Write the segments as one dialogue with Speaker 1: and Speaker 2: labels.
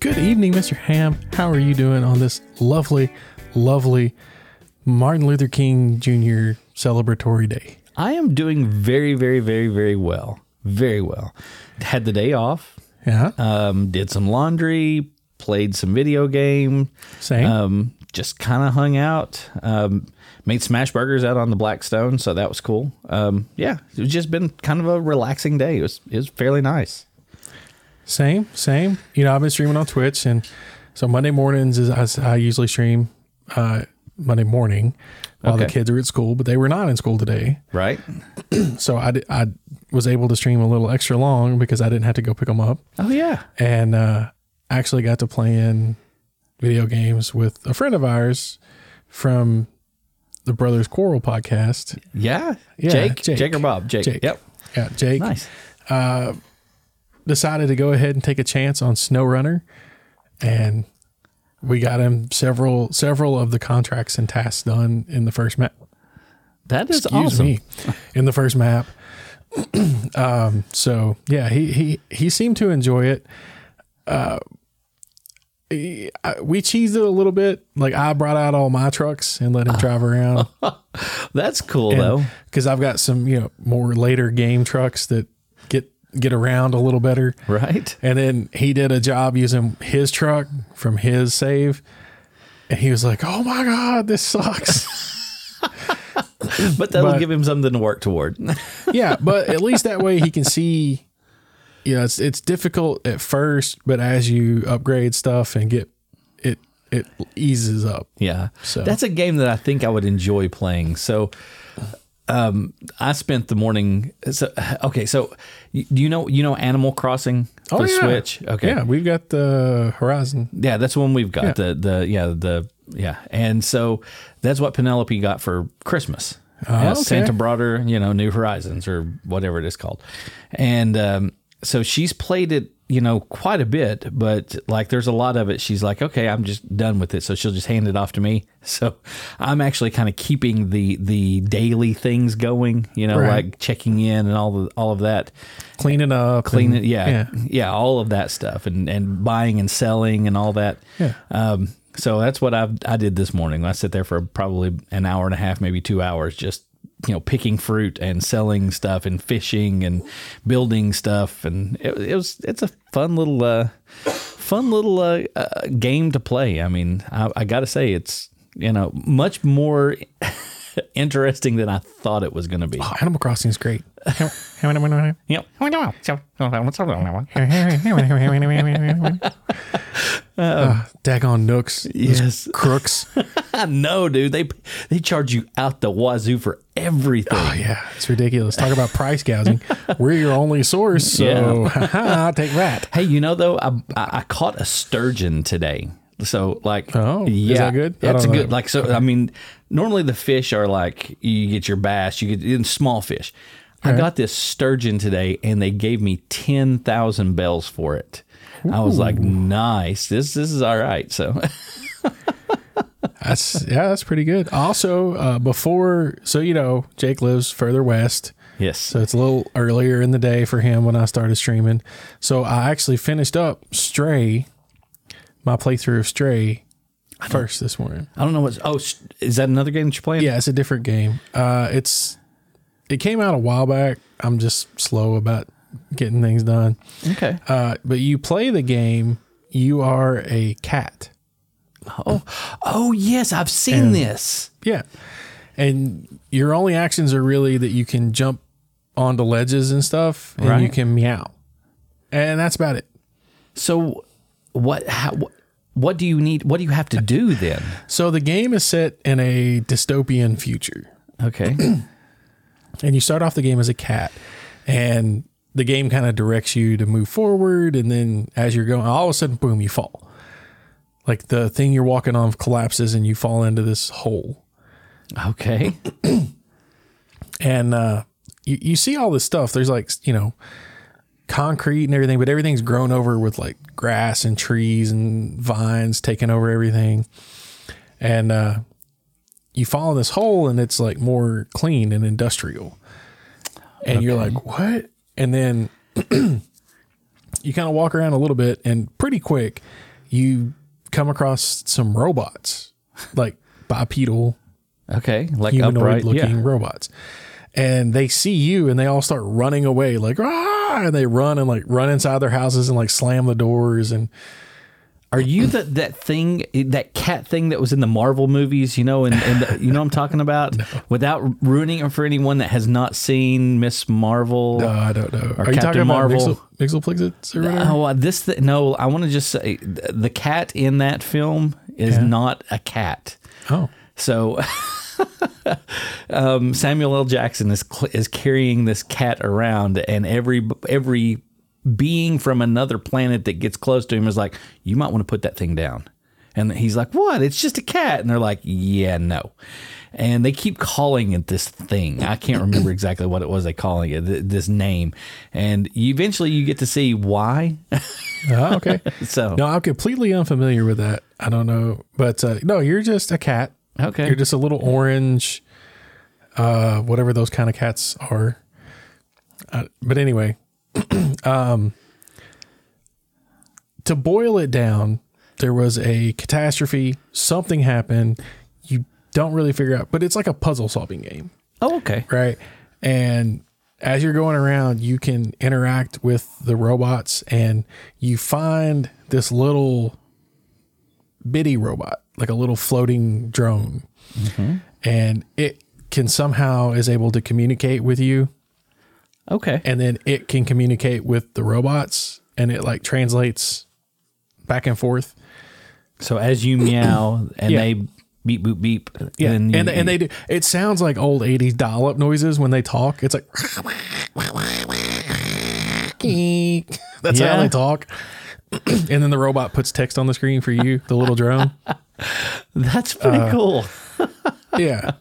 Speaker 1: Good evening, Mr. Ham. How are you doing on this lovely, lovely Martin Luther King Jr. celebratory day?
Speaker 2: I am doing very, very, very, very well. Very well. Had the day off,
Speaker 1: Yeah.
Speaker 2: um, did some laundry, played some video game,
Speaker 1: Same.
Speaker 2: um, just kind of hung out, um, made smash burgers out on the Blackstone. So that was cool. Um, yeah, it's just been kind of a relaxing day. It was, it was fairly nice.
Speaker 1: Same, same. You know, I've been streaming on Twitch, and so Monday mornings is I, I usually stream uh, Monday morning while the
Speaker 2: Okay.
Speaker 1: kids are at school, but they were not in school today,
Speaker 2: Right?
Speaker 1: so I, di- I was able to stream a little extra long because I didn't have to go pick them up,
Speaker 2: Oh, yeah.
Speaker 1: and uh, actually got to playing video games with a friend of ours from the Brothers Quarrel podcast.
Speaker 2: Yeah.
Speaker 1: Yeah,
Speaker 2: Jake,
Speaker 1: Jake.
Speaker 2: Jake. or Bob? Jake.
Speaker 1: Jake.
Speaker 2: Yep.
Speaker 1: Yeah, Jake
Speaker 2: Nice.
Speaker 1: decided to go ahead and take a chance on SnowRunner, and we got him several several of the contracts and tasks done in the first map.
Speaker 2: That is
Speaker 1: Excuse
Speaker 2: awesome.
Speaker 1: me, in the first map. um, so yeah, he he he seemed to enjoy it. Uh, he- I- we cheesed it a little bit. Like I brought out all my trucks and let him drive around
Speaker 2: That's cool, though.
Speaker 1: because I've got some you know more later game trucks that get get around a little better.
Speaker 2: Right?
Speaker 1: And then he did a job using his truck from his save. And he was like, oh my God, this sucks.
Speaker 2: But that'll
Speaker 1: But-
Speaker 2: give him something to work toward.
Speaker 1: yeah, but at least that way he can see, you know, it's, it's difficult at first, but as you upgrade stuff and get it, it eases up.
Speaker 2: Yeah.
Speaker 1: So-
Speaker 2: that's a game that I think I would enjoy playing. So um I spent the morning so okay, so y- do you know you know Animal Crossing for
Speaker 1: Oh, yeah.
Speaker 2: Switch? Okay.
Speaker 1: Yeah, we've got the Horizon.
Speaker 2: Yeah, that's one we've got. The the yeah, the yeah. And so that's what Penelope got for Christmas. Uh,
Speaker 1: Oh, okay.
Speaker 2: Santa brought her, you know, New Horizons or whatever it is called. And um, so she's played it, you know, quite a bit, but like there's a lot of it. She's like, okay, I'm just done with it. So she'll just hand it off to me. So I'm actually kind of keeping the the daily things going, you know,
Speaker 1: Right.
Speaker 2: like checking in and all the, all of that
Speaker 1: Cleaning up.
Speaker 2: clean
Speaker 1: and-
Speaker 2: it, yeah, yeah, all of that stuff, and and buying and selling and all that.
Speaker 1: Yeah.
Speaker 2: Um, so that's what I I did this morning. I sat there for probably an hour and a half, maybe two hours, just you know picking fruit and selling stuff and fishing and building stuff, and it, it was it's a fun little uh, fun little uh, uh, game to play. I mean, I, I got to say it's you know much more. interesting than i thought it was going to be
Speaker 1: Oh, Animal Crossing is great. yeah,
Speaker 2: yep
Speaker 1: Dagon Uh, Nooks.
Speaker 2: Yes.
Speaker 1: Crooks.
Speaker 2: No, dude, they they charge you out the wazoo for everything.
Speaker 1: Oh, yeah, it's ridiculous. Talk about price gouging. We're your only source, so haha, take that.
Speaker 2: Hey, you know though, I, I I caught a sturgeon today. So like,
Speaker 1: Oh, is that good? I
Speaker 2: That's a
Speaker 1: don't
Speaker 2: good.
Speaker 1: know.
Speaker 2: Like so, I mean, normally the fish are like you get your bass, you get in small fish. I got this sturgeon today, and they gave me ten thousand bells for it. I was like, nice. This this is all right. So
Speaker 1: That's yeah, that's pretty good. Also, uh, before so you know, Jake lives further west,
Speaker 2: yes,
Speaker 1: so it's a little earlier in the day for him when I started streaming. So I actually finished up Stray, my playthrough of Stray, first this morning.
Speaker 2: I don't know what's. Oh, st- is that another game that you're playing?
Speaker 1: Yeah, it's a different game. Uh, it's it came out a while back. I'm just slow about getting things done.
Speaker 2: Okay.
Speaker 1: Uh, but you play the game. You are a cat.
Speaker 2: Oh yes, I've seen this.
Speaker 1: Yeah. And your only actions are really that you can jump onto ledges and stuff and you
Speaker 2: Right.
Speaker 1: can meow. And that's about it.
Speaker 2: So, what? How, what, what do you need? What do you have to do then?
Speaker 1: So the game is set in a dystopian future.
Speaker 2: Okay.
Speaker 1: And you start off the game as a cat and the game kind of directs you to move forward and then as you're going all of a sudden boom you fall. Like the thing you're walking on collapses and you fall into this hole.
Speaker 2: okay.
Speaker 1: and uh, you, you see all this stuff. There's like you know concrete and everything, but everything's grown over with like grass and trees and vines taking over everything. And uh, you fall in this hole, and it's like more clean and industrial. And you're like, what? And then you kind of walk around a little bit, and pretty quick, you come across some robots, like bipedal,
Speaker 2: Okay. Like
Speaker 1: humanoid
Speaker 2: upright.
Speaker 1: looking
Speaker 2: Yeah.
Speaker 1: robots. And they see you and they all start running away, like, ah, and they run and like run inside their houses and like slam the doors. And
Speaker 2: Are you that that thing that cat thing that was in the Marvel movies? You know, and, and the, you know what I'm talking about. Without ruining it for anyone that has not seen Miss Marvel.
Speaker 1: uh, I don't know. Are you
Speaker 2: Captain
Speaker 1: talking about
Speaker 2: Marvel.
Speaker 1: Mixel- Mixelplexus or whatever?
Speaker 2: Oh, uh, this th- no! I want to just say th- the cat in that film is not a cat.
Speaker 1: Oh,
Speaker 2: So um, Samuel L. Jackson is cl- is carrying this cat around, and every every being from another planet that gets close to him is like, "You might want to put that thing down." And he's like, "What? It's just a cat." And they're like, "Yeah, no." And they keep calling it this thing. I can't remember exactly what it was they calling it th- this name. And you, eventually, you get to see why.
Speaker 1: Oh, okay.
Speaker 2: So
Speaker 1: No, I'm completely unfamiliar with that. I don't know, but uh, no, you're just a cat.
Speaker 2: okay,
Speaker 1: You're just a little orange, uh, whatever those kind of cats are. Uh, but anyway, um, to boil it down, there was a catastrophe. Something happened. You don't really figure out, but it's like a puzzle solving game
Speaker 2: oh okay,
Speaker 1: right? And as you're going around, you can interact with the robots and you find this little bitty robot, like a little floating drone. And it can somehow is able to communicate with you
Speaker 2: okay.
Speaker 1: and then it can communicate with the robots and it like translates back and forth.
Speaker 2: So as you meow and
Speaker 1: Yeah.
Speaker 2: they beep boop beep,
Speaker 1: Yeah.
Speaker 2: then
Speaker 1: And,
Speaker 2: you,
Speaker 1: and, they do. It sounds like old 80s dial up noises when they talk. It's like. That's how
Speaker 2: Yeah.
Speaker 1: they talk. and then the robot puts text on the screen for you, the little drone.
Speaker 2: that's pretty cool.
Speaker 1: Yeah.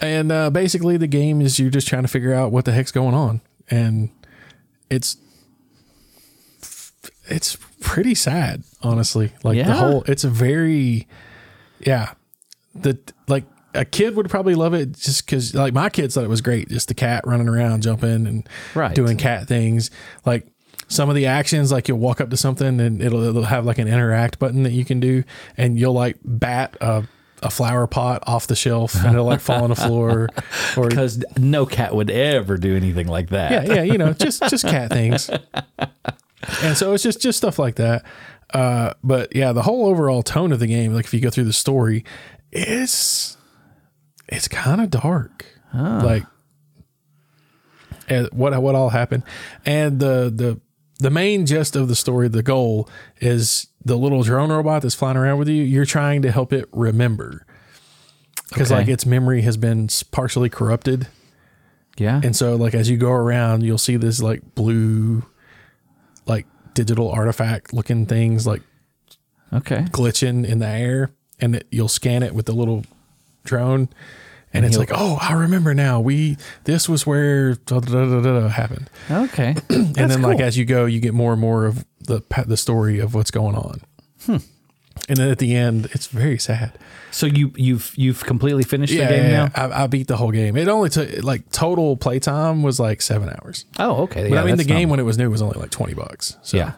Speaker 1: And uh, basically, the game is you're just trying to figure out what the heck's going on. And it's. It's pretty sad, honestly. Like the
Speaker 2: Yeah.
Speaker 1: whole, it's a very, yeah, the like a kid would probably love it just because like my kids thought it was great just the cat running around jumping and
Speaker 2: Right.
Speaker 1: doing cat things like some of the actions like you'll walk up to something and it'll, it'll have like an interact button that you can do and you'll like bat a, a flower pot off the shelf and it'll like fall on the floor or
Speaker 2: Because no cat would ever do anything like that.
Speaker 1: yeah yeah you know just just cat things and so it's just just stuff like that uh but yeah the whole overall tone of the game like if you go through the story it's it's kind of dark like and what what all happened and the the the main gist of the story the goal is the little drone robot that's flying around with you you're trying to help it remember because
Speaker 2: Okay.
Speaker 1: like its memory has been s- partially corrupted
Speaker 2: Yeah.
Speaker 1: and so like as you go around, you'll see this like blue like digital artifact looking things like
Speaker 2: okay.
Speaker 1: glitching in the air and it, you'll scan it with the little drone and it's like, "Oh, I remember now. We this was where da, da, da, da, da, da happened."
Speaker 2: Okay.
Speaker 1: and then like as you go, you get more and more of the pa- the story of what's going on.
Speaker 2: Hmm.
Speaker 1: And then at the end, it's very sad.
Speaker 2: so you you've you've completely finished
Speaker 1: Yeah,
Speaker 2: the game
Speaker 1: yeah,
Speaker 2: now.
Speaker 1: yeah. I, I beat the whole game. It only took like total playtime was like seven hours.
Speaker 2: Oh, okay.
Speaker 1: But
Speaker 2: yeah,
Speaker 1: I mean, the
Speaker 2: that's
Speaker 1: game
Speaker 2: not-
Speaker 1: when it was new was only like twenty bucks. So,
Speaker 2: Yeah.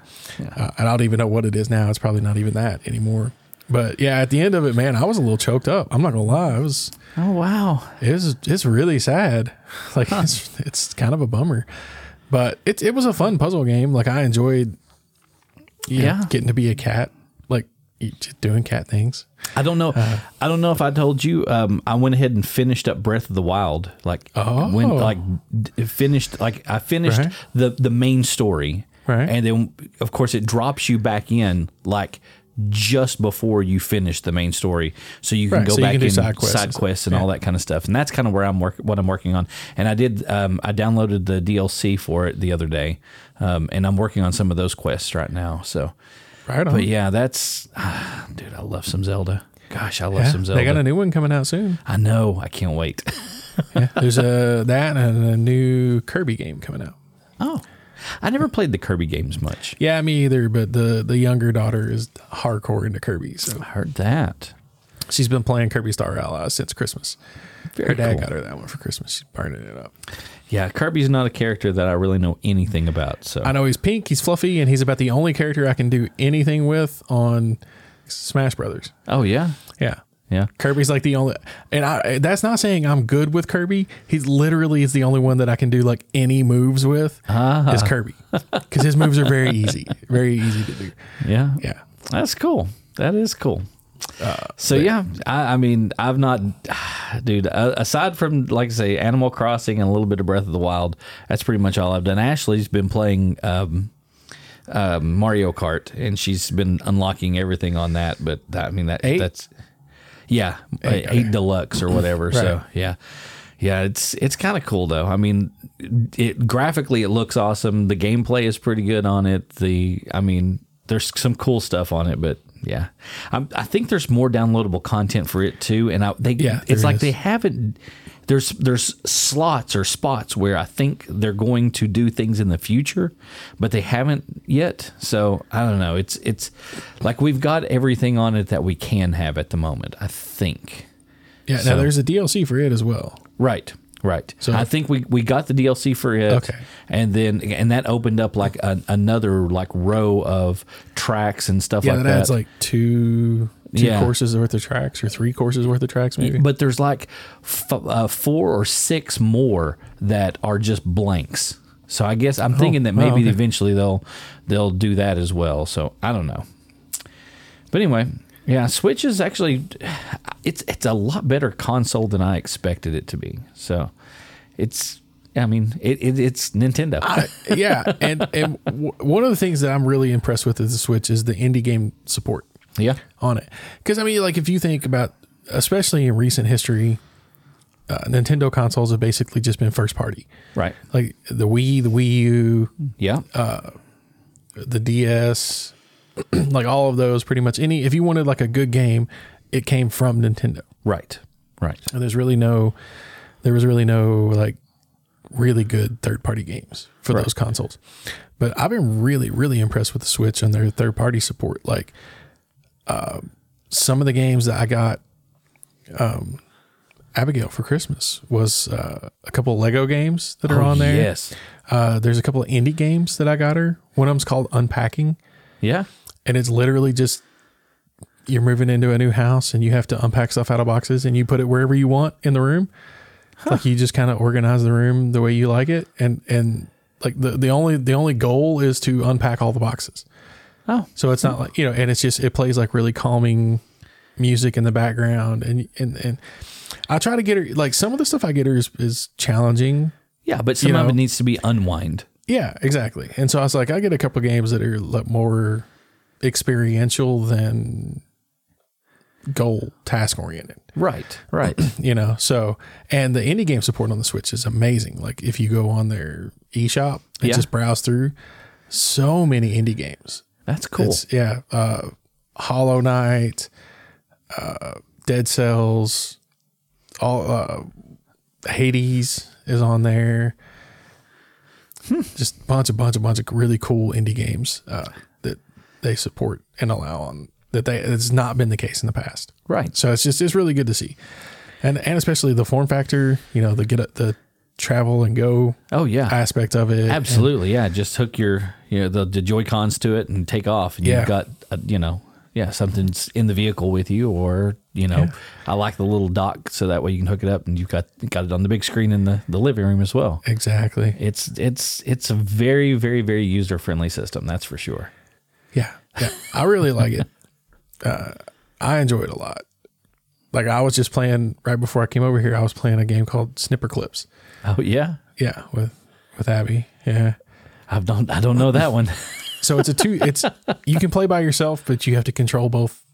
Speaker 1: uh, and I don't even know what it is now. It's probably not even that anymore. But yeah, at the end of it, man, I was a little choked up. I'm not gonna lie, it was
Speaker 2: Oh wow.
Speaker 1: it was it's really sad. Like it's it's kind of a bummer. But it it was a fun puzzle game. Like I enjoyed, you know,
Speaker 2: Yeah.
Speaker 1: getting to be a cat, like you- just doing cat things.
Speaker 2: I don't know.
Speaker 1: Uh-huh.
Speaker 2: I don't know if I told you. Um, I went ahead and finished up Breath of the Wild. Like
Speaker 1: Oh.
Speaker 2: when like d- finished like I finished
Speaker 1: Right.
Speaker 2: the the main story.
Speaker 1: Right.
Speaker 2: And then of course it drops you back in like just before you finish the main story, so you can
Speaker 1: Right,
Speaker 2: go
Speaker 1: so you
Speaker 2: back
Speaker 1: can do
Speaker 2: in
Speaker 1: side quests and
Speaker 2: side
Speaker 1: stuff.
Speaker 2: quests and all that kind of stuff. And that's kind of where I'm work what I'm working on. And I did um, I downloaded the DLC for it the other day, um, and I'm working on some of those quests right now. So.
Speaker 1: Right on.
Speaker 2: But yeah, that's ah, dude. I love some Zelda. Gosh, I love
Speaker 1: Yeah,
Speaker 2: some Zelda.
Speaker 1: they got a new one coming out soon.
Speaker 2: I know. I can't wait.
Speaker 1: Yeah, there's a that and a new Kirby game coming out.
Speaker 2: oh, I never played the Kirby games much.
Speaker 1: Yeah, me either. But the the younger daughter is hardcore into Kirby, so
Speaker 2: I heard that.
Speaker 1: She's been playing Kirby Star Allies since Christmas.
Speaker 2: Very
Speaker 1: Her dad
Speaker 2: cool.
Speaker 1: got her that one for Christmas. She's burning it up.
Speaker 2: Yeah, Kirby's not a character that I really know anything about. So
Speaker 1: I know he's pink, he's fluffy, and he's about the only character I can do anything with on Smash Brothers.
Speaker 2: oh yeah,
Speaker 1: Yeah.
Speaker 2: yeah.
Speaker 1: Kirby's like the only, and I, that's not saying I'm good with Kirby. He's literally is the only one that I can do like any moves with
Speaker 2: Uh-huh.
Speaker 1: is Kirby because his moves are very easy, very easy to do.
Speaker 2: Yeah.
Speaker 1: Yeah.
Speaker 2: That's cool. That is cool.
Speaker 1: Uh,
Speaker 2: so yeah, I, I mean, I've not, dude. Uh, aside from like I say, Animal Crossing and a little bit of Breath of the Wild, that's pretty much all I've done. Ashley's been playing um, um, Mario Kart, and she's been unlocking everything on that. But that, I mean, that
Speaker 1: Eight?
Speaker 2: that's yeah, eight, deluxe or whatever. So yeah, yeah, it's it's kind of cool though. I mean, it graphically it looks awesome. The gameplay is pretty good on it. The I mean, there's some cool stuff on it, but yeah, i I think there's more downloadable content for it too. And I, they
Speaker 1: Yeah,
Speaker 2: it's
Speaker 1: there
Speaker 2: like
Speaker 1: is.
Speaker 2: they haven't. There's there's slots or spots where I think they're going to do things in the future, but they haven't yet. So I don't know. It's it's like we've got everything on it that we can have at the moment. I think.
Speaker 1: Yeah. now there's a DLC for it as well.
Speaker 2: Right. Right. So I think we, we got the DLC for it.
Speaker 1: Okay.
Speaker 2: And then and that opened up like an another like row of tracks and stuff
Speaker 1: Yeah.
Speaker 2: like
Speaker 1: that
Speaker 2: that.
Speaker 1: adds like two, two
Speaker 2: Yeah.
Speaker 1: courses worth of tracks or three courses worth of tracks, maybe.
Speaker 2: but there's like f- uh, four or six more that are just blanks. So I guess I'm thinking that
Speaker 1: wow,
Speaker 2: maybe
Speaker 1: Oh, okay.
Speaker 2: eventually they'll they'll do that as well. So I don't know. But anyway, yeah, Switch is actually it's it's a lot better console than I expected it to be. So it's I mean it, it it's Nintendo.
Speaker 1: yeah. And, and w- one of the things that I'm really impressed with is the Switch is the indie game support.
Speaker 2: yeah.
Speaker 1: on it. Because I mean, like if you think about, especially in recent history, uh, Nintendo consoles have basically just been first party.
Speaker 2: Right.
Speaker 1: Like the Wii, the Wii U,
Speaker 2: Yeah.
Speaker 1: Uh, the DS, like all of those, pretty much any. If you wanted like a good game, it came from Nintendo,
Speaker 2: right. Right.
Speaker 1: and there's really no, there was really no like really good third party games for those consoles. But I've been really, really impressed with the Switch and their third party support. Like uh, some of the games that I got um, Abigail for Christmas was uh, a couple of Lego games that are on there.
Speaker 2: Oh, Yes.
Speaker 1: Uh, there's a couple of indie games that I got her. One of them's called Unpacking,
Speaker 2: Yeah.
Speaker 1: and it's literally just you're moving into a new house and you have to unpack stuff out of boxes and you put it wherever you want in the room. Like you just kind of organize the room the way you like it, and and like the the only the only goal is to unpack all the boxes.
Speaker 2: Oh.
Speaker 1: So it's not like you know, and it's just it plays like really calming music in the background, and and and I try to get her like some of the stuff I get her is, is challenging
Speaker 2: Yeah, but some of
Speaker 1: know.
Speaker 2: it needs to be unwind.
Speaker 1: yeah, exactly. And so I was like, I get a couple games that are like more experiential than goal task oriented,
Speaker 2: Right. Right.
Speaker 1: you know. So, and the indie game support on the Switch is amazing. Like if you go on their eShop and
Speaker 2: Yeah.
Speaker 1: just browse through so many indie games.
Speaker 2: That's cool.
Speaker 1: It's yeah, uh Hollow Knight, uh Dead Cells, all uh Hades is on there.
Speaker 2: Hmm.
Speaker 1: Just bunch of bunch of bunch of really cool indie games uh that they support and allow on that they it's not been the case in the past.
Speaker 2: right.
Speaker 1: So it's just it's really good to see. And and especially the form factor, you know, the get up the travel and go
Speaker 2: Oh yeah.
Speaker 1: aspect of it. And-
Speaker 2: Absolutely, yeah. Just hook your you know the, the Joy Cons to it and take off, and
Speaker 1: Yeah.
Speaker 2: you've got uh you know yeah something's in the vehicle with you, or you know I like the little dock so that way you can hook it up and you've got got it on the big screen in the, the living room as well.
Speaker 1: Exactly.
Speaker 2: It's it's it's a very very very user friendly system, that's for sure.
Speaker 1: Yeah, yeah. I really like it. Uh, I enjoy it a lot. Like I was just playing right before I came over here. I was playing a game called Snipper Clips.
Speaker 2: Oh yeah,
Speaker 1: Yeah, with with Abby. Yeah.
Speaker 2: I don't I don't know that one.
Speaker 1: So it's a two. It's you can play by yourself, but you have to control both.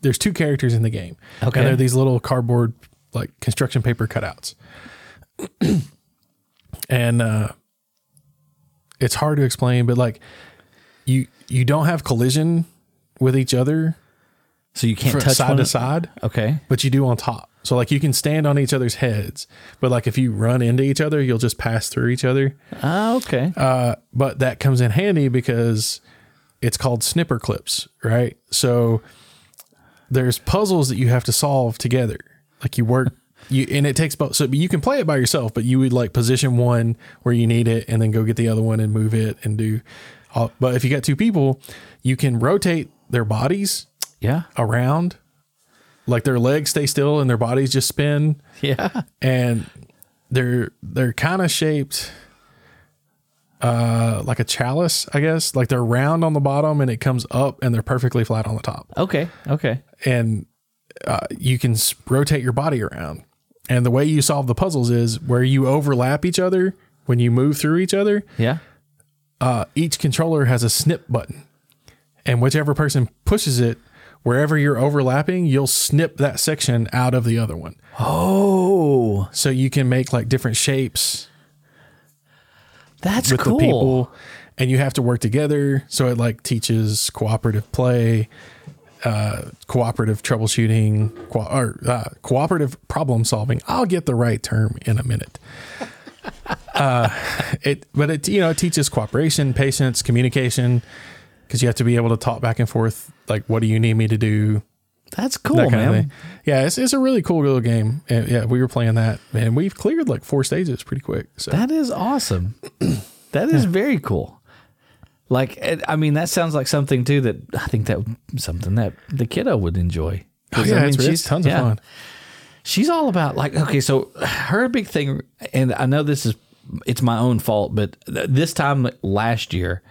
Speaker 1: There's two characters in the game.
Speaker 2: Okay.
Speaker 1: And they're these little cardboard like construction paper cutouts. and uh, it's hard to explain, but like you you don't have collision with each other
Speaker 2: So you can't
Speaker 1: from
Speaker 2: touch
Speaker 1: side
Speaker 2: one
Speaker 1: to
Speaker 2: of-
Speaker 1: side.
Speaker 2: Okay,
Speaker 1: but you do on top. So like you can stand on each other's heads, but like if you run into each other, you'll just pass through each other.
Speaker 2: Ah, okay,
Speaker 1: Uh, but that comes in handy because it's called snipper clips, right? So there's puzzles that you have to solve together. Like you work you and it takes both. So you can play it by yourself, but you would like position one where you need it, and then go get the other one and move it and do. All, but if you got two people, you can rotate their bodies
Speaker 2: Yeah.
Speaker 1: around, like their legs stay still and their bodies just spin,
Speaker 2: Yeah.
Speaker 1: and they're they're kind of shaped. Uh, like a chalice, I guess. Like they're round on the bottom and it comes up, and they're perfectly flat on the top
Speaker 2: Okay. Okay.
Speaker 1: and uh, you can s- rotate your body around. And the way you solve the puzzles is where you overlap each other when you move through each other.
Speaker 2: Yeah.
Speaker 1: Uh, each controller has a snip button, and whichever person pushes it, wherever you're overlapping, you'll snip that section out of the other one.
Speaker 2: Oh,
Speaker 1: So you can make like different shapes
Speaker 2: that's
Speaker 1: with
Speaker 2: cool.
Speaker 1: the people, and you have to work together. So it like teaches cooperative play, uh, cooperative troubleshooting, co- or uh, cooperative problem solving. I'll get the right term in a minute. uh, it, but it you know it teaches cooperation, patience, communication, because you have to be able to talk back and forth. Like, what do you need me to do?
Speaker 2: That's cool,
Speaker 1: That kind
Speaker 2: man.
Speaker 1: of thing. Yeah, it's, it's a really cool little game. And yeah, we were playing that, and we've cleared like four stages pretty quick. So
Speaker 2: That is awesome. that is very cool. Like, it- I mean, that sounds like something too that I think that something that the kiddo would enjoy. 'Cause, I mean,
Speaker 1: Oh, it's, it's
Speaker 2: she's-
Speaker 1: tons
Speaker 2: yeah.
Speaker 1: of fun.
Speaker 2: She's all about like okay, so her big thing, and I know this is it's my own fault, but th- this time last year,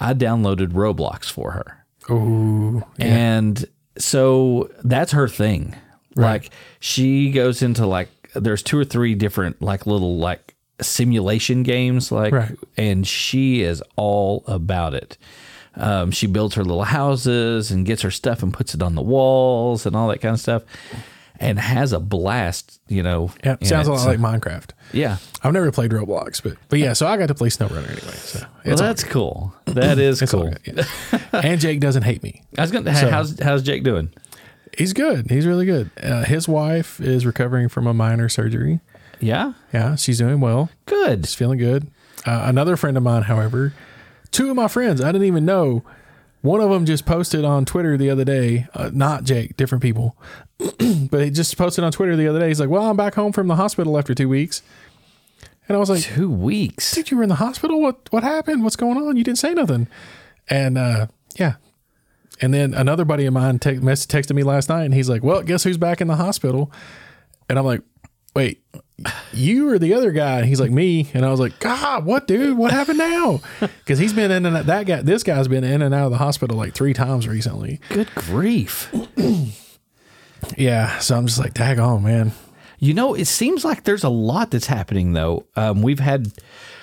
Speaker 2: I downloaded Roblox for her.
Speaker 1: Ooh,
Speaker 2: And so that's her thing. Like she goes into like there's two or three different like little like simulation games like
Speaker 1: Right.
Speaker 2: and she is all about it. Um, she builds her little houses and gets her stuff and puts it on the walls and all that kind of stuff and has a blast, you know.
Speaker 1: Yeah,
Speaker 2: in
Speaker 1: sounds a
Speaker 2: it.
Speaker 1: lot
Speaker 2: So-
Speaker 1: like Minecraft.
Speaker 2: Yeah.
Speaker 1: I've never played Roblox, but but yeah, so I got to play SnowRunner anyway. So
Speaker 2: Well,
Speaker 1: it's all-
Speaker 2: that's cool. That is
Speaker 1: it's all
Speaker 2: cool.
Speaker 1: good, yeah. and Jake doesn't hate me.
Speaker 2: I was gonna. how's how's Jake doing?
Speaker 1: He's good. He's really good. Uh, his wife is recovering from a minor surgery.
Speaker 2: Yeah,
Speaker 1: Yeah, she's doing well.
Speaker 2: good.
Speaker 1: She's feeling good. Uh, another friend of mine, however, two of my friends, I didn't even know. One of them just posted on Twitter the other day, uh, not Jake, different people, but he just posted on Twitter the other day. He's like, "Well, I'm back home from the hospital after two weeks," and I was like,
Speaker 2: Two weeks.
Speaker 1: dude, you were in the hospital. What what happened? What's going on? You didn't say nothing. And uh, yeah. And then another buddy of mine te- mess- texted me last night, and he's like, "Well, guess who's back in the hospital?" And I'm like, "Wait, you or the other guy?" And he's like, "Me." And I was like, "God, what, dude? What happened now?" Because he's been in and out, that guy. This guy's been in and out of the hospital like three times recently.
Speaker 2: Good grief.
Speaker 1: Yeah, so I'm just like, "Dag on, man."
Speaker 2: You know, it seems like there's a lot that's happening though. Um, we've had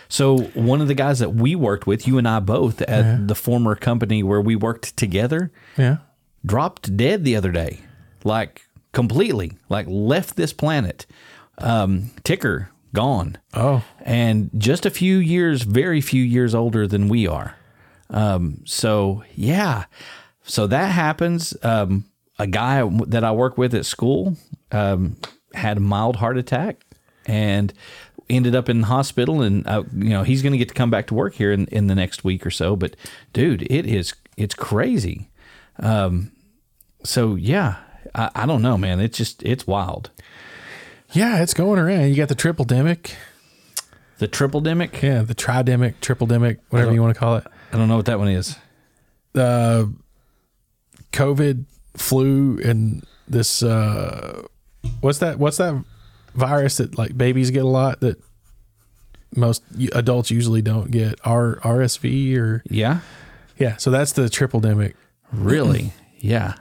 Speaker 2: so one of the guys that we worked with, you and I both at the former company where we worked together,
Speaker 1: Yeah,
Speaker 2: dropped dead the other day, like completely, like left this planet. Um, ticker gone.
Speaker 1: Oh.
Speaker 2: and just a few years, very few years older than we are. Um, so yeah, so that happens. Um, a guy that I work with at school um, had a mild heart attack and ended up in the hospital. And uh, you know he's going to get to come back to work here in, in the next week or so. But dude, it is it's crazy. Um, so yeah, I, I don't know, man. It's just it's wild.
Speaker 1: yeah, it's going around. You got the triple demic.
Speaker 2: The triple demic.
Speaker 1: Yeah, the tridemic, triple demic, whatever you want to call it.
Speaker 2: I don't know what that one is.
Speaker 1: uh, COVID, flu, and this uh, what's that? What's that virus that like babies get a lot that most y- adults usually don't get? R RSV or
Speaker 2: Yeah.
Speaker 1: yeah. So that's the triple demic.
Speaker 2: Really? yeah.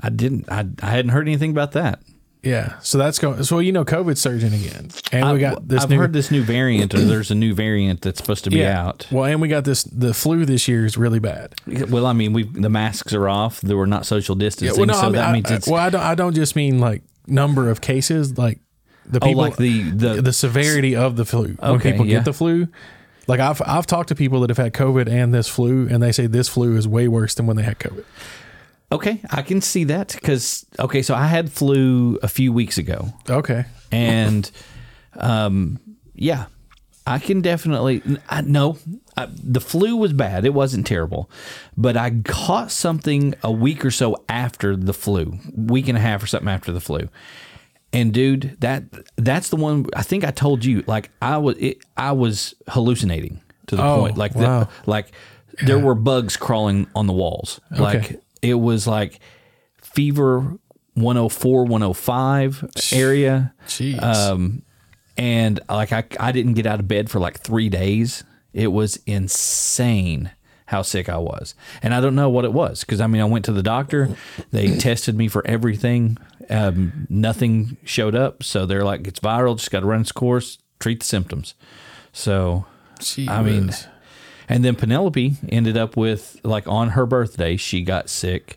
Speaker 2: I didn't. I, I hadn't heard anything about that.
Speaker 1: Yeah. So that's going. So you know, COVID's surging again, and we got this
Speaker 2: I've
Speaker 1: new.
Speaker 2: heard this new variant, or there's a new variant that's supposed to be
Speaker 1: yeah.
Speaker 2: out.
Speaker 1: Well, and we got this. The flu this year is really bad.
Speaker 2: Well, I mean, we the masks are off. There were not social distancing,
Speaker 1: well, no,
Speaker 2: so
Speaker 1: I mean,
Speaker 2: that
Speaker 1: I-
Speaker 2: means
Speaker 1: I-
Speaker 2: it's
Speaker 1: well, I don't. I don't just mean like number of cases, like the
Speaker 2: oh,
Speaker 1: people
Speaker 2: like the the,
Speaker 1: Uh, the severity of the flu. when
Speaker 2: Okay,
Speaker 1: people
Speaker 2: yeah.
Speaker 1: get the flu, like I've I've talked to people that have had COVID and this flu, and they say this flu is way worse than when they had COVID.
Speaker 2: okay. I can see that because okay, so I had flu a few weeks ago,
Speaker 1: Okay,
Speaker 2: and um, yeah, I can definitely. I, no, I, the flu was bad. It wasn't terrible, but I caught something a week or so after the flu, week and a half or something after the flu. And dude, that that's the one I think I told you. Like I was, it, I was hallucinating to the
Speaker 1: Oh,
Speaker 2: point. Like,
Speaker 1: wow.
Speaker 2: the, like there were bugs crawling on the walls. Like it was like fever 104, 105 area
Speaker 1: Jeez.
Speaker 2: Uh, Um, and like I, I didn't get out of bed for like three days. It was insane how sick I was, and I don't know what it was because I mean I went to the doctor, they tested me for everything, um, nothing showed up, so they're like it's viral, just got to run its course, treat the symptoms. So
Speaker 1: Gee
Speaker 2: I mean,
Speaker 1: whiz.
Speaker 2: and then Penelope ended up with like on her birthday, she got sick,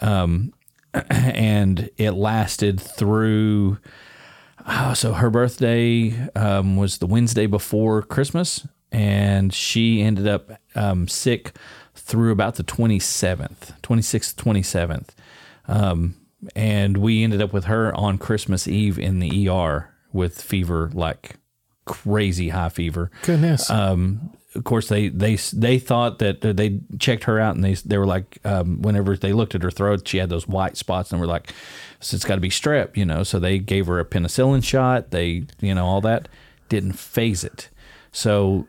Speaker 2: um, and it lasted through. Oh, so her birthday um, was the Wednesday before Christmas, and she ended up um, sick through about the twenty seventh, twenty sixth, twenty seventh, um, and we ended up with her on Christmas Eve in the ER with fever, like crazy high fever
Speaker 1: goodness.
Speaker 2: um, of course they they they thought that they checked her out and they they were like um, whenever they looked at her throat she had those white spots and were like so it's got to be strep you know so they gave her a penicillin shot they you know all that didn't phase it so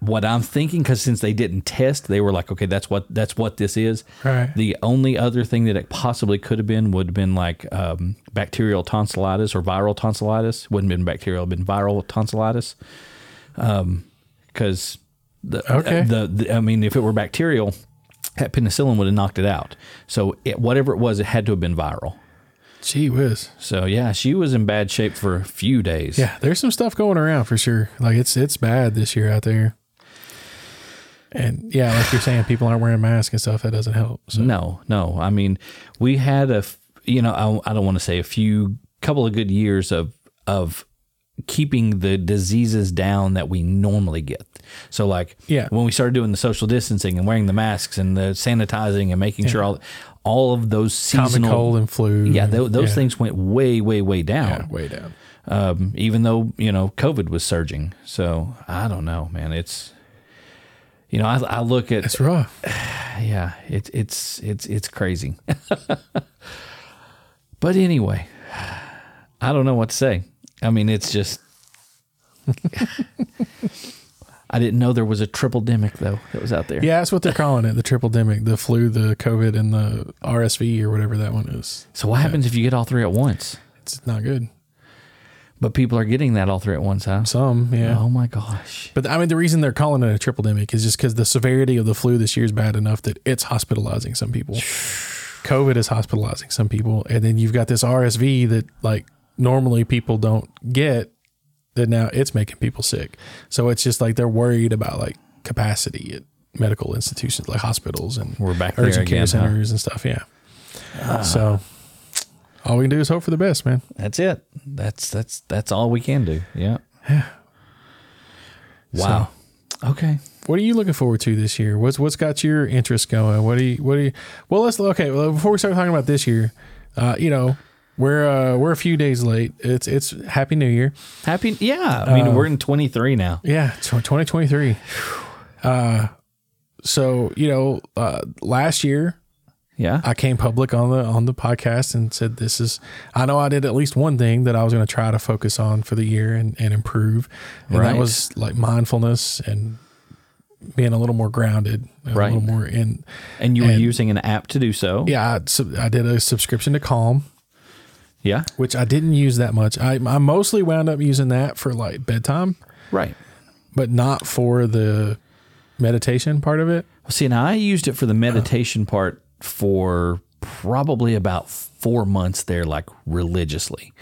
Speaker 2: what I'm thinking because since they didn't test they were like okay that's what that's what this is
Speaker 1: Right.
Speaker 2: the only other thing that it possibly could have been would have been like um, bacterial tonsillitis or viral tonsillitis wouldn't have been bacterial been viral tonsillitis because the,
Speaker 1: Okay.
Speaker 2: the, the I mean, if it were bacterial, that penicillin would have knocked it out. So it, whatever it was, it had to have been viral.
Speaker 1: Gee whiz.
Speaker 2: So yeah, she was in bad shape for a few days.
Speaker 1: Yeah, there's some stuff going around for sure. Like it's it's bad this year out there. And yeah, like you're saying, people aren't wearing masks and stuff. That doesn't help. So
Speaker 2: No, no. I mean, we had a, f- you know, I, I don't want to say a few, couple of good years of of keeping the diseases down that we normally get. So like,
Speaker 1: Yeah.
Speaker 2: when we started doing the social distancing and wearing the masks and the sanitizing and making sure all all of those
Speaker 1: common
Speaker 2: seasonal
Speaker 1: cold and flu.
Speaker 2: Yeah, tho- those
Speaker 1: Yeah.
Speaker 2: things went way, way, way
Speaker 1: Yeah,
Speaker 2: down.
Speaker 1: way down.
Speaker 2: Um, even though you know COVID was surging, so I don't know, man. It's you know I, I look at
Speaker 1: It's rough.
Speaker 2: yeah, it's it's it's it's crazy. but anyway, I don't know what to say. I mean, it's just I didn't know there was a triple demic though that was out there.
Speaker 1: Yeah, that's what they're calling it—the triple demic, the flu, the COVID, and the RSV or whatever that one is.
Speaker 2: So what happens if you get all three at once?
Speaker 1: It's not good.
Speaker 2: But people are getting that all three at once, huh?
Speaker 1: Some, yeah.
Speaker 2: Oh my gosh.
Speaker 1: But I mean, the reason they're calling it a triple demic is just because the severity of the flu this year is bad enough that it's hospitalizing some people. COVID is hospitalizing some people, and then you've got this RSV that like normally people don't get, that now it's making people sick. So it's just like they're worried about like capacity at medical institutions like hospitals and
Speaker 2: We're back there
Speaker 1: urgent care
Speaker 2: again, huh? Ah.
Speaker 1: centers and stuff. Yeah. so all we can do is hope for the best, man.
Speaker 2: That's it. That's that's that's all we can do. Yeah. Wow. Okay.
Speaker 1: What are you looking forward to this year? What's what's got your interest going? What do you what do you? Well, let's okay. Well, before we start talking about this year, uh, you know, we're uh, we're a few days late. It's it's Happy New Year.
Speaker 2: Happy. Yeah. I mean, we're in 23 now.
Speaker 1: Yeah, twenty twenty three. Uh, so you know, uh, last year
Speaker 2: Yeah.
Speaker 1: I came public on the on the podcast and said this is I know I did at least one thing that I was going to try to focus on for the year and, and improve. And
Speaker 2: Right.
Speaker 1: that was like mindfulness and being a little more grounded, and
Speaker 2: Right.
Speaker 1: a little more in
Speaker 2: and you were
Speaker 1: and-
Speaker 2: using an app to do so.
Speaker 1: yeah, I, sub- I did a subscription to Calm,
Speaker 2: Yeah.
Speaker 1: which I didn't use that much. I I mostly wound up using that for like bedtime,
Speaker 2: Right.
Speaker 1: but not for the meditation part of it.
Speaker 2: Well, see, now I used it for the meditation part for probably about four months there, like religiously.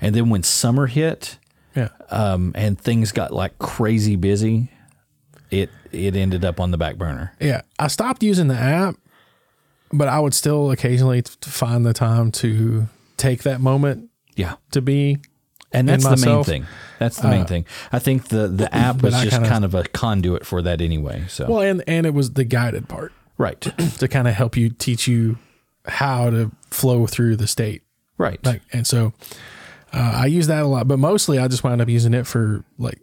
Speaker 2: And then when summer hit
Speaker 1: Yeah.
Speaker 2: um, and things got like crazy busy, it it ended up on the back burner.
Speaker 1: Yeah, I stopped using the app, but I would still occasionally t- find the time to take that moment
Speaker 2: Yeah.
Speaker 1: to be.
Speaker 2: And that's the main
Speaker 1: myself. uh,
Speaker 2: thing. That's the main thing. I think the the app was
Speaker 1: I
Speaker 2: just
Speaker 1: kinda-
Speaker 2: kind of a conduit for that anyway. So
Speaker 1: Well, and and it was the guided part
Speaker 2: right,
Speaker 1: to kind of help you teach you how to flow through the state.
Speaker 2: right,
Speaker 1: Like, and so uh, I use that a lot, but mostly I just wound up using it for like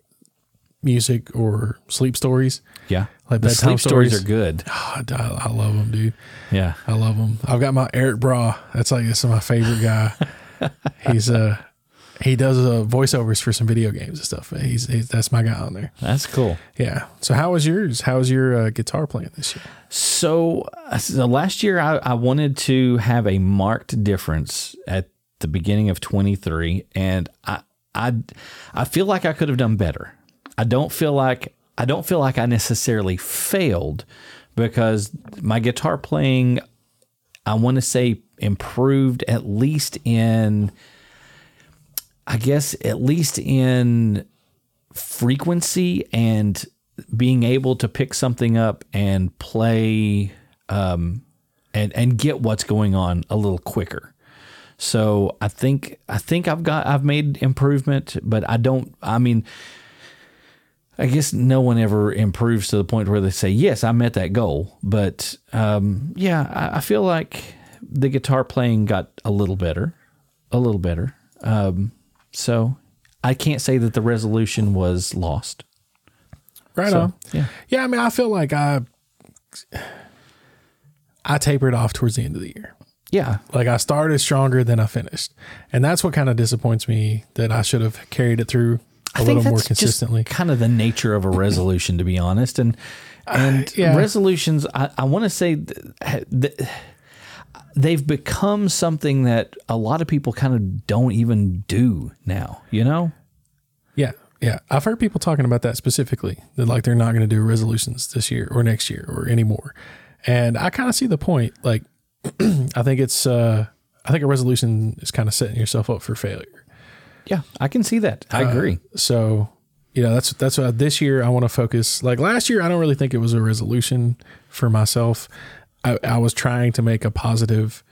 Speaker 1: music or sleep stories.
Speaker 2: Yeah.
Speaker 1: Like
Speaker 2: the
Speaker 1: bedtime
Speaker 2: sleep stories
Speaker 1: stories.
Speaker 2: are good.
Speaker 1: Oh, I, I love them, dude.
Speaker 2: Yeah.
Speaker 1: I love them. I've got my Eric Bra. That's like this is my favorite guy. he's uh he does uh, voiceovers for some video games and stuff. He's, he's that's my guy on there.
Speaker 2: That's cool.
Speaker 1: Yeah. So how was yours? How was your uh, guitar playing this year?
Speaker 2: So, uh, so last year I, I wanted to have a marked difference at the beginning of 23 and I I I feel like I could have done better. I don't feel like I don't feel like I necessarily failed because my guitar playing I want to say improved at least in I guess at least in frequency and being able to pick something up and play um, and and get what's going on a little quicker. So I think I think I've got I've made improvement, but I don't. I mean, I guess no one ever improves to the point where they say, "Yes, I met that goal." But um, yeah, I, I feel like the guitar playing got a little better, a little better. Um, so I can't say that the resolution was lost.
Speaker 1: Right on.
Speaker 2: Yeah.
Speaker 1: Yeah, I mean, I feel like I I tapered off towards the end of the year.
Speaker 2: Yeah.
Speaker 1: Like I started stronger than I finished, and that's what kind of disappoints me that I should have carried it through a
Speaker 2: I
Speaker 1: little
Speaker 2: think
Speaker 1: more
Speaker 2: that's
Speaker 1: consistently.
Speaker 2: just kind of the nature of a resolution, to be honest. And and
Speaker 1: yeah.
Speaker 2: resolutions, I, I want to say th- th- they've become something that a lot of people kind of don't even do now. You know?
Speaker 1: yeah, yeah. I've heard people talking about that specifically that like they're not going to do resolutions this year or next year or anymore, and I kind of see the point. Like, I think it's uh, I think a resolution is kind of setting yourself up for failure.
Speaker 2: Yeah, I can see that. I
Speaker 1: Uh,
Speaker 2: agree.
Speaker 1: So, you know, that's that's what this year I want to focus. Like last year, I don't really think it was a resolution for myself. I, I was trying to make a positive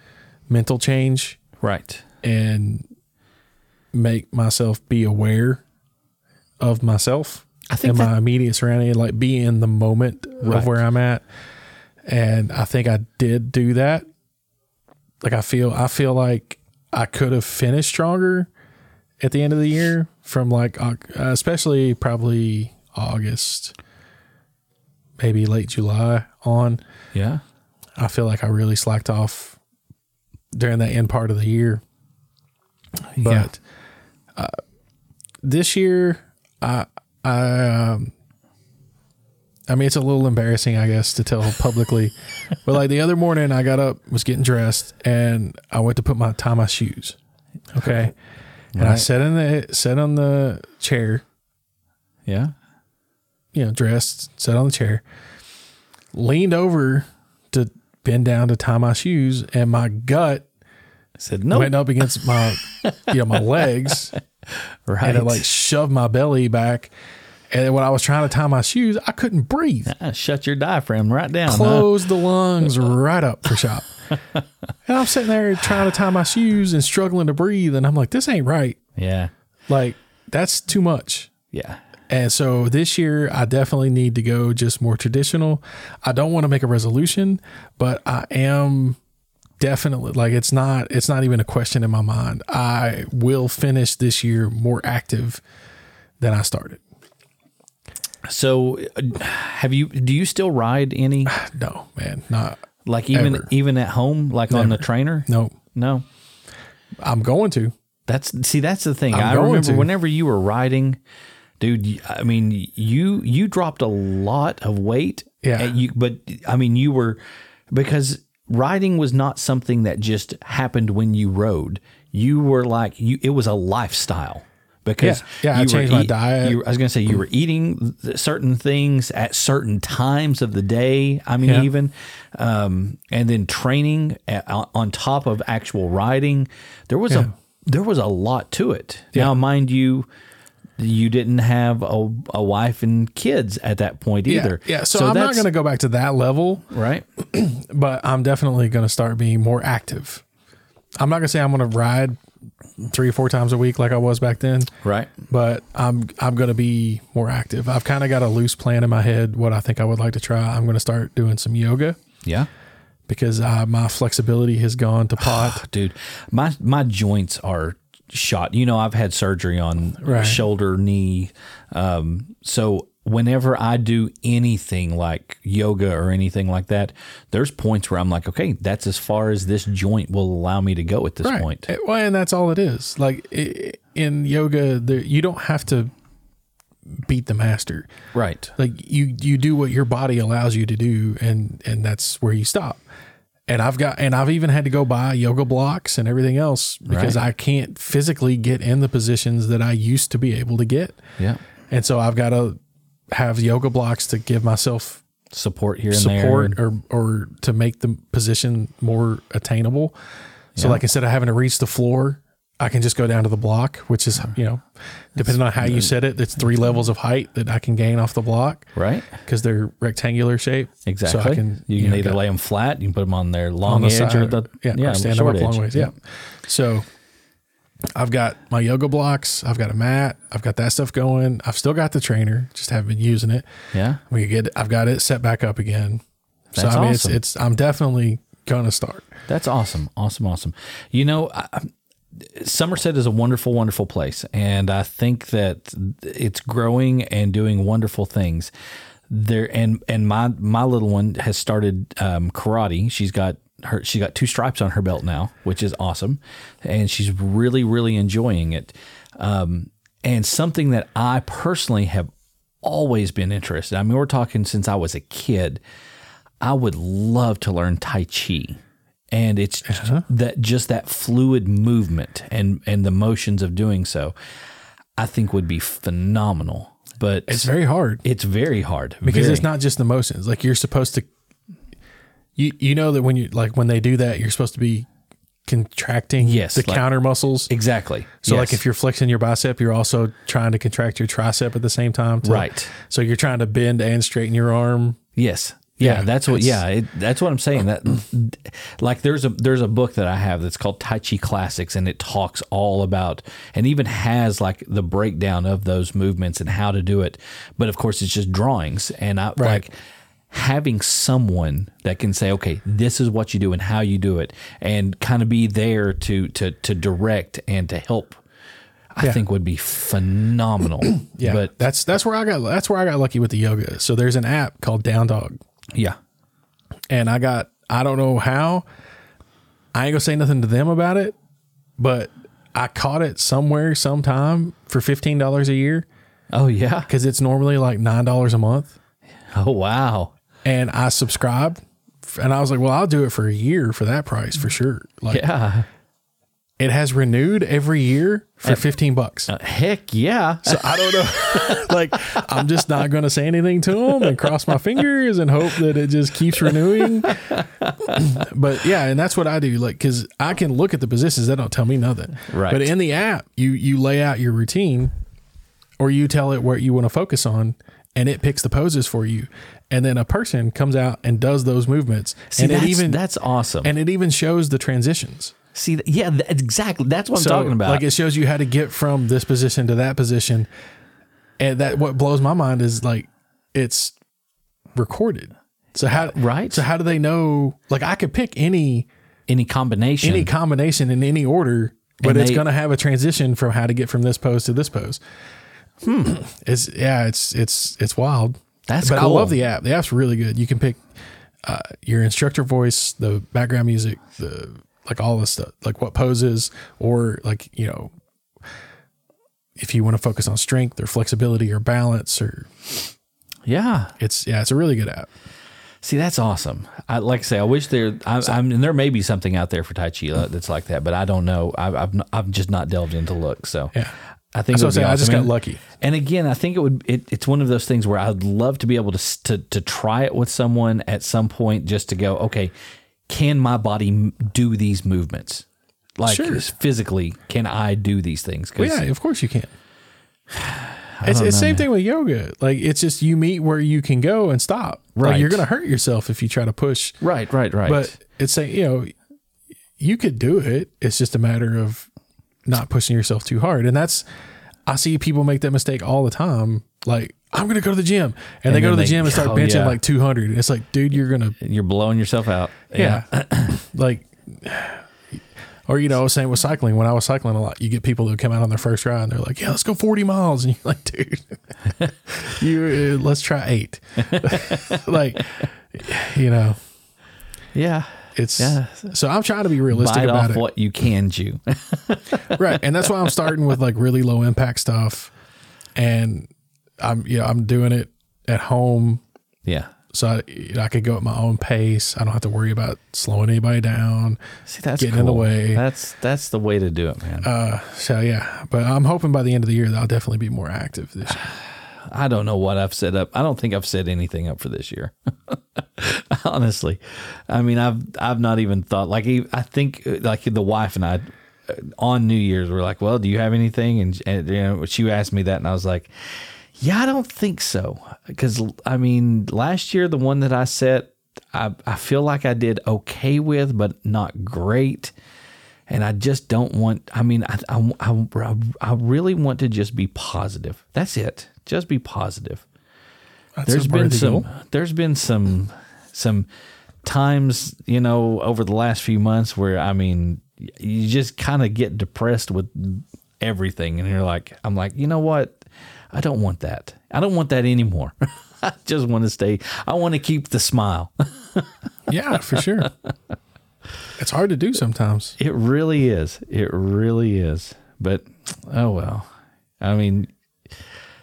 Speaker 1: mental change
Speaker 2: Right.
Speaker 1: and make myself be aware of myself
Speaker 2: I think
Speaker 1: and
Speaker 2: that-
Speaker 1: my immediate surrounding, like be in the moment
Speaker 2: Right.
Speaker 1: of where I'm at. And I think I did do that. Like I feel, I feel like I could have finished stronger at the end of the year from like, Au- uh, especially probably August, maybe late July on.
Speaker 2: Yeah.
Speaker 1: I feel like I really slacked off during that end part of the year. But
Speaker 2: Yeah.
Speaker 1: uh, this year, I, I, um, I mean, it's a little embarrassing, I guess, to tell publicly. but like the other morning, I got up, was getting dressed, and I went to put my tie my shoes. Okay, and I
Speaker 2: Right.
Speaker 1: sat in the sat on the chair,
Speaker 2: Yeah.
Speaker 1: you know, dressed, sat on the chair, leaned over to bend down to tie my shoes, and my gut
Speaker 2: I said no.
Speaker 1: went up against my, you know, my legs,
Speaker 2: right.
Speaker 1: and it like shoved my belly back. And then when I was trying to tie my shoes, I couldn't breathe.
Speaker 2: Ah, shut your diaphragm right down. huh?
Speaker 1: Closed the lungs right up for shop. and I'm sitting there trying to tie my shoes and struggling to breathe, and I'm like, this ain't right.
Speaker 2: Yeah.
Speaker 1: Like that's too much.
Speaker 2: Yeah.
Speaker 1: And so this year, I definitely need to go just more traditional. I don't want to make a resolution, but I am definitely like it's not it's not even a question in my mind. I will finish this year more active than I started.
Speaker 2: So, uh, have you? Do you still ride any?
Speaker 1: No, man, not
Speaker 2: Like even
Speaker 1: Ever.
Speaker 2: even at home, like on the trainer?
Speaker 1: no.
Speaker 2: No.
Speaker 1: I'm going to.
Speaker 2: That's see, that's the thing. i
Speaker 1: going
Speaker 2: remember
Speaker 1: to.
Speaker 2: whenever you were riding, dude. y- I mean, you you dropped a lot of weight.
Speaker 1: Yeah.
Speaker 2: and you, but I mean, you were because riding was not something that just happened when you rode. You were like you. It was a lifestyle. Because
Speaker 1: Yeah. Yeah, I
Speaker 2: you
Speaker 1: changed my diet.
Speaker 2: you- I was gonna say you were eating th- certain things at certain times of the day. I mean,
Speaker 1: Yeah.
Speaker 2: even um, and then training a- on top of actual riding. There was a there was a lot to it. Now, mind you, you didn't have a, a wife and kids at that point either.
Speaker 1: Yeah. yeah. So, I'm not
Speaker 2: that's-
Speaker 1: going to go back to that level,
Speaker 2: right.
Speaker 1: but I'm definitely going to start being more active. I'm not going to say I'm going to ride three or four times a week like I was back then.
Speaker 2: Right.
Speaker 1: but I'm I'm gonna be more active. I've kind of got a loose plan in my head what I think I would like to try. I'm gonna start doing some yoga
Speaker 2: Yeah.
Speaker 1: because uh, my flexibility has gone to pot.
Speaker 2: Dude, my my joints are shot. You know, I've had surgery on
Speaker 1: Right.
Speaker 2: shoulder, knee. Um, so whenever I do anything like yoga or anything like that, there's points where I'm like, okay, that's as far as this joint will allow me to go at this
Speaker 1: Right.
Speaker 2: point.
Speaker 1: Eh, Well, and that's all it is. Like i- in yoga, there, you don't have to beat the master.
Speaker 2: Right.
Speaker 1: Like you, you do what your body allows you to do, and and that's where you stop. And I've got, and I've even had to go buy yoga blocks and everything else because
Speaker 2: Right.
Speaker 1: I can't physically get in the positions that I used to be able to get.
Speaker 2: Yeah.
Speaker 1: And so I've got to have yoga blocks to give myself
Speaker 2: Support here and
Speaker 1: support
Speaker 2: there.
Speaker 1: or or to make the position more attainable. So like instead of having to reach the floor, I can just go down to the block, which is you know, depending on how you set it, it's three levels of height that I can gain off the block
Speaker 2: Right.
Speaker 1: because they're rectangular shape.
Speaker 2: Exactly.
Speaker 1: So I can
Speaker 2: you can
Speaker 1: know,
Speaker 2: either
Speaker 1: go
Speaker 2: lay them flat, you can put them on their long
Speaker 1: on the
Speaker 2: edge
Speaker 1: side
Speaker 2: or the
Speaker 1: yeah, or stand them
Speaker 2: short
Speaker 1: up long
Speaker 2: edge.
Speaker 1: ways. Yeah. So I've got my yoga blocks, I've got a mat, I've got that stuff going. I've still got the trainer, just haven't been using it.
Speaker 2: Yeah.
Speaker 1: We get I've got it set back up again. So
Speaker 2: That's
Speaker 1: I mean
Speaker 2: awesome.
Speaker 1: it's it's I'm definitely gonna start.
Speaker 2: That's awesome. Awesome. Awesome. You know, I, I- Somerset is a wonderful, wonderful place. And I think that it's growing and doing wonderful things there. And, and my, my little one has started um, karate. She's got her, she got two stripes on her belt now, which is awesome. And she's really, really enjoying it. Um, and something that I personally have always been interested. I mean, we're talking since I was a kid. I would love to learn Tai Chi. And it's
Speaker 1: Uh-huh.
Speaker 2: that just that fluid movement and and the motions of doing so, I think would be phenomenal. But
Speaker 1: It's
Speaker 2: it's,
Speaker 1: very hard
Speaker 2: very hard
Speaker 1: because
Speaker 2: very.
Speaker 1: it's not just the motions. Like you're supposed to you you know that when you like when they do that, you're supposed to be contracting
Speaker 2: Yes,
Speaker 1: the
Speaker 2: like-
Speaker 1: counter muscles.
Speaker 2: exactly
Speaker 1: So like if you're flexing your bicep, you're also trying to contract your tricep at the same time. to-
Speaker 2: Right.
Speaker 1: So you're trying to bend and straighten your arm.
Speaker 2: Yes. Yeah,
Speaker 1: Yeah,
Speaker 2: that's what. Yeah, it, that's what I'm saying. That, like, there's a there's a book that I have that's called Tai Chi Classics, and it talks all about and even has like the breakdown of those movements and how to do it. But of course, it's just drawings, and I like having someone that can say, okay, this is what you do and how you do it, and kind of be there to to to direct and to help. I think would be phenomenal.
Speaker 1: Yeah.
Speaker 2: But
Speaker 1: that's that's where I got that's where I got lucky with the yoga. So there's an app called Down Dog.
Speaker 2: yeah,
Speaker 1: and I got I don't know how. I ain't gonna say nothing to them about it, but I caught it somewhere sometime for fifteen dollars a year
Speaker 2: oh yeah,
Speaker 1: because it's normally like nine dollars a month,
Speaker 2: oh wow.
Speaker 1: and I subscribed, and I was like, well, I'll do it for a year for that price for sure. Like
Speaker 2: Yeah.
Speaker 1: it has renewed every year for fifteen bucks.
Speaker 2: Heck yeah.
Speaker 1: So I don't know. like I'm just not going to say anything to them and cross my fingers and hope that it just keeps renewing. but yeah, and that's what I do. Like because I can look at the positions that don't tell me nothing.
Speaker 2: Right.
Speaker 1: But in the app, you you lay out your routine, or you tell it what you want to focus on, and it picks the poses for you. And then a person comes out and does those movements,
Speaker 2: See,
Speaker 1: and it
Speaker 2: that's,
Speaker 1: even
Speaker 2: that's awesome.
Speaker 1: and it even shows the transitions.
Speaker 2: See, th- yeah, th- exactly. That's what
Speaker 1: So,
Speaker 2: I'm talking about.
Speaker 1: Like it shows you how to get from this position to that position. And that what blows my mind is like it's recorded. So how
Speaker 2: Right.
Speaker 1: So how do they know like I could pick any
Speaker 2: any combination.
Speaker 1: any combination in any order, but
Speaker 2: And
Speaker 1: it's
Speaker 2: they-
Speaker 1: gonna have a transition from how to get from this pose to this pose. It's yeah, it's it's it's wild.
Speaker 2: Hmm. That's
Speaker 1: but
Speaker 2: cool.
Speaker 1: I love the app. The app's really good. You can pick uh, your instructor voice, the background music, the like all this stuff, like what poses, or like you know, if you want to focus on strength or flexibility or balance, or
Speaker 2: yeah.
Speaker 1: it's yeah, it's a really good app.
Speaker 2: See, that's awesome. I like I say, I wish there. I, I'm and there may be something out there for Tai Chi that- that's like that, but I don't know. I, I've n- I've just not delved into look. So
Speaker 1: Yeah.
Speaker 2: I think
Speaker 1: So I
Speaker 2: it would be
Speaker 1: say I just
Speaker 2: awesome.
Speaker 1: got
Speaker 2: And-
Speaker 1: lucky.
Speaker 2: And again, I think it would. It, it's one of those things where I'd love to be able to, s- to to try it with someone at some point, just to go, okay, can my body m- do these movements? Like
Speaker 1: Sure.
Speaker 2: physically, can I do these things? 'Cause-
Speaker 1: Yeah, of course you can. It's the same thing with yoga. Like it's just you meet where you can go and stop. Like,
Speaker 2: Right.
Speaker 1: you're gonna hurt yourself if you try to push.
Speaker 2: right, right, right.
Speaker 1: But it's saying, you know, you could do it. It's just a matter of not pushing yourself too hard. And that's I see people make that mistake all the time. Like, I'm gonna go to the gym. And, they go to the
Speaker 2: then they-
Speaker 1: gym and start
Speaker 2: oh,
Speaker 1: benching
Speaker 2: yeah.
Speaker 1: like two hundred. It's like, dude, you're gonna
Speaker 2: You're blowing yourself out.
Speaker 1: yeah. like Or, you know, I was saying with cycling, when I was cycling a lot, you get people who come out on their first ride and they're like, yeah, let's go 40 miles. And you're like, dude, you uh, let's try eight. like, you know,
Speaker 2: Yeah.
Speaker 1: it's
Speaker 2: Yeah.
Speaker 1: so I'm trying to be realistic
Speaker 2: Bite
Speaker 1: about
Speaker 2: off
Speaker 1: it.
Speaker 2: what you can chew.
Speaker 1: right and that's why i'm starting with like really low impact stuff and i'm you know i'm doing it at home
Speaker 2: yeah.
Speaker 1: so I, you know, I could go at my own pace i don't have to worry about slowing anybody down
Speaker 2: See, that's
Speaker 1: Getting in the
Speaker 2: cool.
Speaker 1: way.
Speaker 2: That's that's the way to do it, man.
Speaker 1: uh so yeah but i'm hoping by the end of the year that i'll definitely be more active this year
Speaker 2: I don't know what I've set up. I don't think I've set anything up for this year. Honestly, I mean, I've I've not even thought. Like, e- I think uh, like the wife and I uh, on New Year's we're like, "Well, do you have anything?" And, and you know, she asked me that, and I was like, "Yeah, I don't think so." Because I mean, last year the one that I set, I I feel like I did okay with, but not great. And I just don't want, I mean, I, I, I, I really want to just be positive. That's it. Just be positive
Speaker 1: That's
Speaker 2: there's
Speaker 1: a
Speaker 2: been
Speaker 1: worthy
Speaker 2: some
Speaker 1: goal.
Speaker 2: there's been some some times you know over the last few months where i mean you just kind of get depressed with everything and you're like i'm like you know what i don't want that i don't want that anymore i just want to stay i want to keep the smile
Speaker 1: yeah for sure it's hard to do sometimes
Speaker 2: it really is it really is but oh well i mean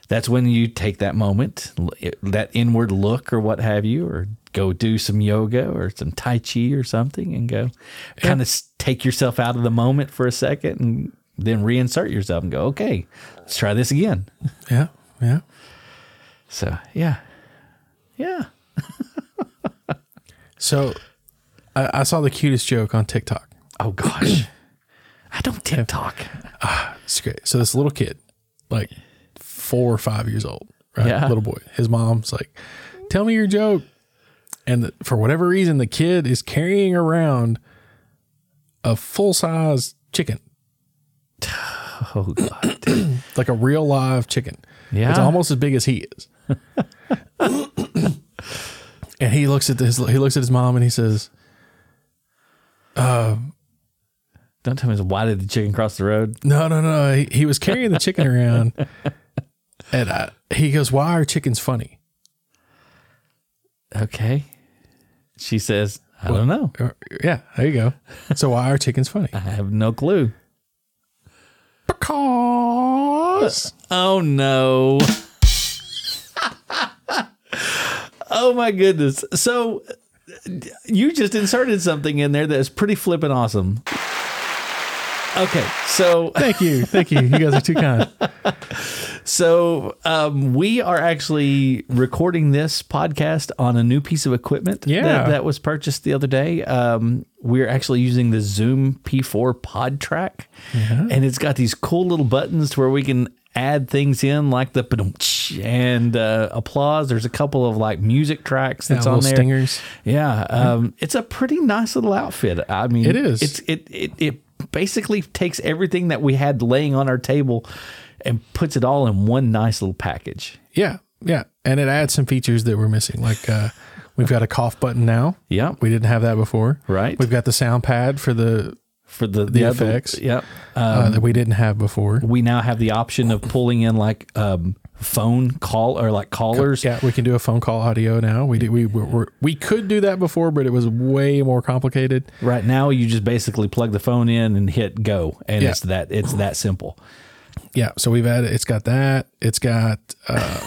Speaker 2: that's when you take that moment, l- that inward look or what have you, or go do some yoga or some Tai Chi or something and go kind of take yourself out of the moment for a second and then reinsert yourself and go, okay, let's try this again.
Speaker 1: yeah yeah
Speaker 2: So, yeah. Yeah.
Speaker 1: so I, I saw the cutest joke on tiktok
Speaker 2: Oh, gosh. I don't TikTok.
Speaker 1: It's great. So this little kid, like four or five years old, right?
Speaker 2: Yeah.
Speaker 1: Little boy. His mom's like, "Tell me your joke." And the, for whatever reason, the kid is carrying around a full size chicken,
Speaker 2: Oh, God.
Speaker 1: like a real live chicken.
Speaker 2: Yeah.
Speaker 1: It's almost as big as he is. and he looks at his he looks at his mom and he says,
Speaker 2: don't tell me it's why did the chicken cross the road?
Speaker 1: No, no, no. He, he was carrying the chicken around, and I, he goes, "Why are chickens funny?"
Speaker 2: Okay. She says, I don't know.
Speaker 1: Uh, Yeah, there you go. So why are chickens funny?
Speaker 2: I have no clue.
Speaker 1: Because
Speaker 2: Oh no. oh my goodness. So you just inserted something in there that's pretty flippin' awesome. Okay, so
Speaker 1: thank you, thank you. You guys are too kind.
Speaker 2: so um, we are actually recording this podcast on a new piece of equipment
Speaker 1: Yeah.
Speaker 2: that, that was purchased the other day. Um, we're actually using the Zoom P4 Pod Track, and it's got these cool little buttons to where we can add things in like the ba-dum-tsh and uh, applause. There's a couple of like music tracks that's
Speaker 1: Yeah,
Speaker 2: on
Speaker 1: little
Speaker 2: there.
Speaker 1: stingers.
Speaker 2: Yeah, um, it's a pretty nice little outfit. I mean,
Speaker 1: It is.
Speaker 2: It's it it it basically takes everything that we had laying on our table and puts it all in one nice little package.
Speaker 1: Yeah, yeah. And it adds some features that we're missing. Like uh, we've got a cough button now.
Speaker 2: Yep.
Speaker 1: We didn't have that before.
Speaker 2: Right.
Speaker 1: We've got the sound pad for the
Speaker 2: For the the, other-
Speaker 1: effects.
Speaker 2: Yep. Uh,
Speaker 1: uh, that we didn't have before.
Speaker 2: we now have the option of pulling in like um, phone call or like callers.
Speaker 1: Yeah, we can do a phone call audio now. We did, we we we're, we could do that before, but it was way more complicated.
Speaker 2: Right now, you just basically plug the phone in and hit go, and
Speaker 1: Yeah.
Speaker 2: it's that it's that simple.
Speaker 1: Yeah, so we've added. It's got that. It's got. Uh,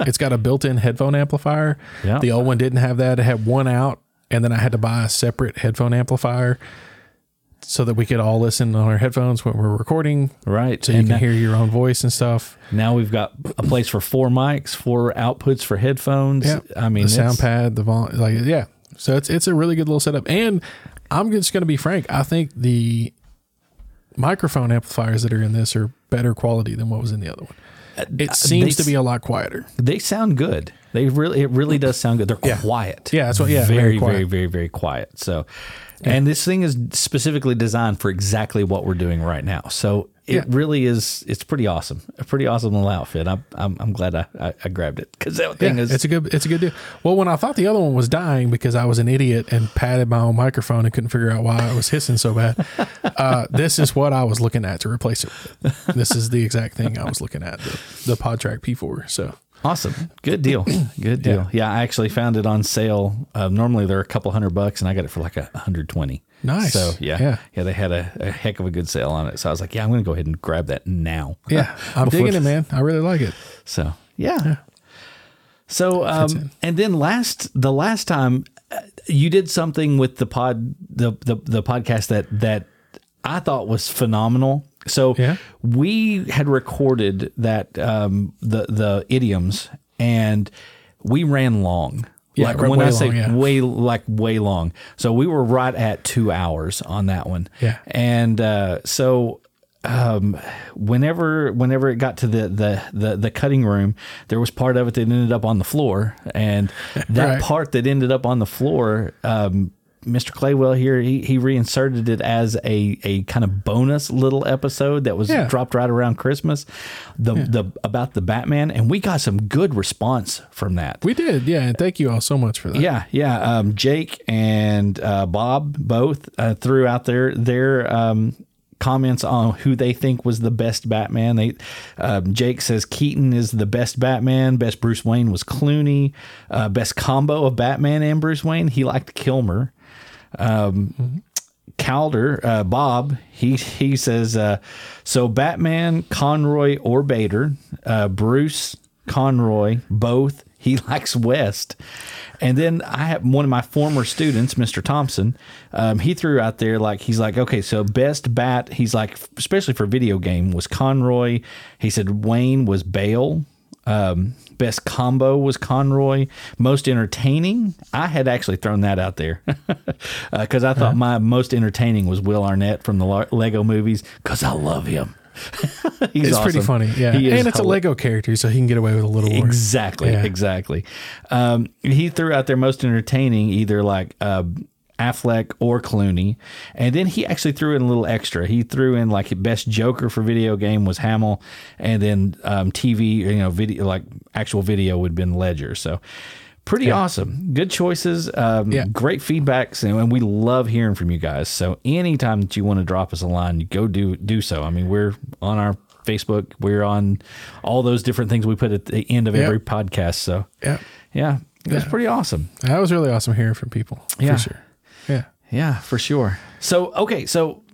Speaker 1: it's got a built-in headphone amplifier.
Speaker 2: Yeah.
Speaker 1: The old one didn't have that. It had one out, and then I had to buy a separate headphone amplifier so that we could all listen on our headphones when we're recording.
Speaker 2: Right.
Speaker 1: So you
Speaker 2: And
Speaker 1: can
Speaker 2: now-
Speaker 1: hear your own voice and stuff.
Speaker 2: Now we've got a place for four mics, four outputs for headphones. I mean,
Speaker 1: the sound
Speaker 2: it's-
Speaker 1: pad, the volume, like yeah. So it's it's a really good little setup. And I'm just going to be frank. I think the microphone amplifiers that are in this are better quality than what was in the other one. It seems
Speaker 2: Uh, they-
Speaker 1: to be a lot quieter.
Speaker 2: they sound good. They really, it really does sound good. They're quiet.
Speaker 1: Yeah, that's what- yeah, very
Speaker 2: very, very,
Speaker 1: quiet.
Speaker 2: very, very quiet. So, And this thing is specifically designed for exactly what we're doing right now. So it
Speaker 1: Yeah.
Speaker 2: really is. It's pretty awesome. A pretty awesome little outfit. I'm I'm, I'm glad I, I, I grabbed it because that thing
Speaker 1: Yeah,
Speaker 2: is.
Speaker 1: it's a good it's a good deal. Well, when I thought the other one was dying because I was an idiot and patted my own microphone and couldn't figure out why it was hissing so bad, uh, this is what I was looking at to replace it. with. This is the exact thing I was looking at the, the PodTrack P4. So
Speaker 2: Awesome. Good deal. Good deal. Yeah. I actually found it on sale. Uh, normally they're a couple hundred bucks and I got it for like a hundred twenty.
Speaker 1: Nice.
Speaker 2: So yeah.
Speaker 1: Yeah.
Speaker 2: Yeah. they had a, a heck of a good sale on it. So I was like, yeah, I'm going to go ahead and grab that now.
Speaker 1: yeah, I'm
Speaker 2: Before-
Speaker 1: digging it, man. I really like it.
Speaker 2: So yeah. So um, and then last the last time uh, you did something with the pod the the, the podcast that that I thought was phenomenal. So
Speaker 1: Yeah.
Speaker 2: we had recorded that um, the the idioms and we ran long.
Speaker 1: Yeah,
Speaker 2: like
Speaker 1: we're
Speaker 2: when
Speaker 1: way
Speaker 2: I say
Speaker 1: long, yeah.
Speaker 2: way like way long. So we were right at two hours on that one.
Speaker 1: Yeah.
Speaker 2: And uh, so um, whenever whenever it got to the, the the the cutting room, there was part of it that ended up on the floor, and that
Speaker 1: Right.
Speaker 2: part that ended up on the floor. Um, Mr. Claywell here, he, he reinserted it as a, a kind of bonus little episode that was
Speaker 1: Yeah.
Speaker 2: dropped right around Christmas, the the about the Batman, and we got some good response from that.
Speaker 1: We did, yeah, and thank you all so much for that.
Speaker 2: Yeah, yeah. Um, Jake and uh, Bob both uh, threw out their their um, comments on who they think was the best Batman. They um, Jake says Keaton is the best Batman. Best Bruce Wayne was Clooney. Uh, best combo of Batman and Bruce Wayne. He liked Kilmer. Calder, uh, Bob, he he says, uh, so Batman, Conroy, or Bader, uh, Bruce, Conroy, both. He likes West. And then I have one of my former students, Mr. Thompson. Um, he threw out there like he's like, okay, so best bat. He's like, especially for video game, was Conroy. He said Wayne was Bale. Um, best combo was Conroy. Most entertaining. I had actually thrown that out there because I thought my most entertaining was Will Arnett from the Lo- Lego movies because I love him. He's
Speaker 1: It's pretty
Speaker 2: awesome.
Speaker 1: funny, yeah,
Speaker 2: He is
Speaker 1: and it's a
Speaker 2: hilarious.
Speaker 1: Lego character, so he can get away with a little more.
Speaker 2: Exactly,
Speaker 1: Yeah.
Speaker 2: exactly. Um, he threw out their most entertaining, either like uh, Affleck or Clooney, and then he actually threw in a little extra. He threw in like best Joker for video game was Hamill, and then um, TV, you know, video like actual video would have been Ledger. So. Pretty awesome. Good choices. Um,
Speaker 1: Yeah.
Speaker 2: Great feedbacks, and we love hearing from you guys. So anytime that you want to drop us a line, you go do do so. I mean, we're on our Facebook. We're on all those different things we put at the end of
Speaker 1: Yep.
Speaker 2: every podcast. So
Speaker 1: Yeah,
Speaker 2: yeah, it's pretty awesome.
Speaker 1: that was really awesome hearing from people.
Speaker 2: Yeah.
Speaker 1: for sure. Yeah,
Speaker 2: Yeah, for sure. So okay, so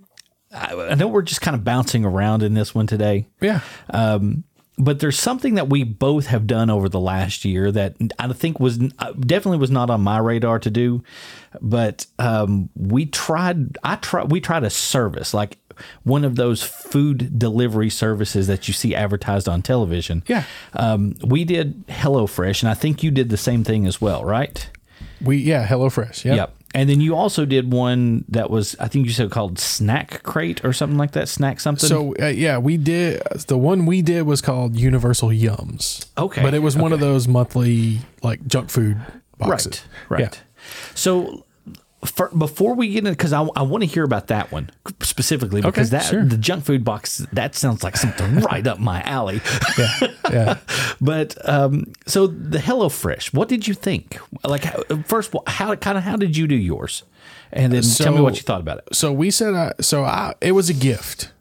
Speaker 2: I, I know we're just kind of bouncing around in this one today,
Speaker 1: yeah,
Speaker 2: but there's something that we both have done over the last year that I think was uh, definitely was not on my radar to do, but um, we tried. I tried. We tried a service like one of those food delivery services that you see advertised on television.
Speaker 1: Yeah.
Speaker 2: Um, we did HelloFresh, and I think you did the same thing as well, right?
Speaker 1: we yeah, HelloFresh. Yep.
Speaker 2: Yep. And then you also did one that was, I think you said called Snack Crate or something like that. Snack something.
Speaker 1: So uh, yeah, we did the one we did was called Universal Yums.
Speaker 2: Oh, Okay,
Speaker 1: but it was one of those monthly like junk food boxes.
Speaker 2: Right. Right. So for, before we get in, because I, I want to hear about that one specifically because that
Speaker 1: sure.
Speaker 2: the junk food box that sounds like something right up my alley.
Speaker 1: Yeah, yeah, yeah.
Speaker 2: But um, so the HelloFresh, what did you think? Like how- first, of all, how kind of how did you do yours? And then tell me
Speaker 1: So-
Speaker 2: what you thought about it.
Speaker 1: So we said, I, so I it was a gift.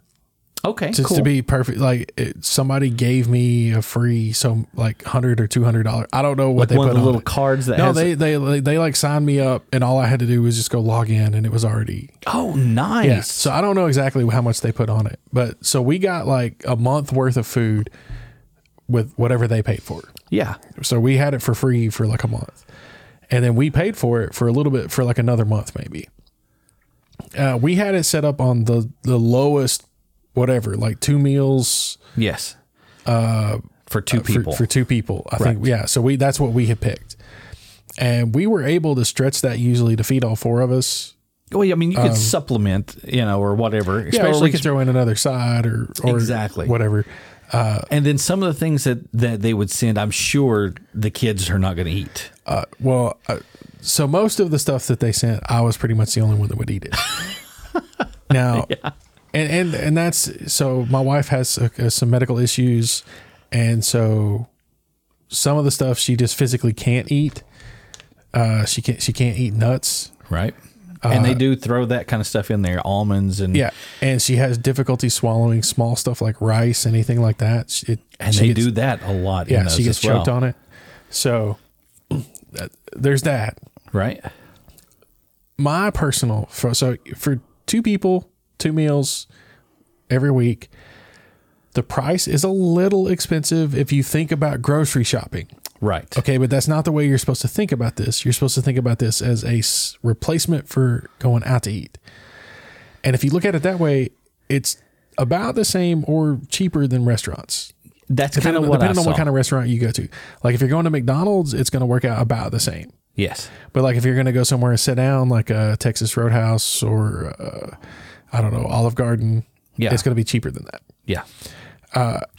Speaker 2: Okay,
Speaker 1: Just
Speaker 2: cool.
Speaker 1: to be perfect, like it, somebody gave me a free, so like hundred or two hundred dollar. I don't know what they
Speaker 2: one
Speaker 1: put
Speaker 2: of the
Speaker 1: on
Speaker 2: little
Speaker 1: it.
Speaker 2: cards that
Speaker 1: No,
Speaker 2: has
Speaker 1: they, they they they like signed me up, and all I had to do was just go log in, and it was already
Speaker 2: oh nice
Speaker 1: Yeah. So I don't know exactly how much they put on it, but so we got like a month worth of food with whatever they paid for.
Speaker 2: yeah
Speaker 1: So we had it for free for like a month, and then we paid for it for a little bit for like another month maybe. Uh, we had it set up on the the lowest whatever like two meals
Speaker 2: Yes. Uh, for two
Speaker 1: for,
Speaker 2: people.
Speaker 1: for two people i think yeah so we that's what we had picked and we were able to stretch that usually to feed all four of us
Speaker 2: well, yeah, I mean, you could supplement, you know, or whatever.
Speaker 1: um, yeah or
Speaker 2: especially-
Speaker 1: we could throw in another side or, or
Speaker 2: Exactly.
Speaker 1: whatever
Speaker 2: and then some of the things that that they would send, I'm sure the kids are not going to eat.
Speaker 1: Well, uh, So most of the stuff that they sent, I was pretty much the only one that would eat it. now, and and and that's so my wife has uh, some medical issues, and so some of the stuff she just physically can't eat. Uh, she can't she can't eat nuts.
Speaker 2: right? and they do throw that kind of stuff in there, almonds and
Speaker 1: Uh, Yeah, and she has difficulty swallowing small stuff like rice, anything like that. She- It,
Speaker 2: and
Speaker 1: she
Speaker 2: they
Speaker 1: gets-
Speaker 2: do that a lot. in
Speaker 1: Yeah,
Speaker 2: those
Speaker 1: she gets
Speaker 2: as well,
Speaker 1: choked on it. So that, there's that.
Speaker 2: right?
Speaker 1: my personal for, so for two people, two meals every week, the price is a little expensive if you think about grocery shopping.
Speaker 2: Right.
Speaker 1: Okay, but that's not the way you're supposed to think about this. You're supposed to think about this as a s- replacement for going out to eat. And if you look at it that way, it's about the same or cheaper than restaurants.
Speaker 2: That's kind of
Speaker 1: Depending-
Speaker 2: what I
Speaker 1: depending on
Speaker 2: saw.
Speaker 1: what kind of restaurant you go to. Like if you're going to McDonald's, it's going to work out about the same.
Speaker 2: yes.
Speaker 1: But like if you're gonna go somewhere and sit down, like a Texas Roadhouse or uh, I don't know Olive Garden,
Speaker 2: Yeah.
Speaker 1: it's gonna be cheaper than that.
Speaker 2: Yeah.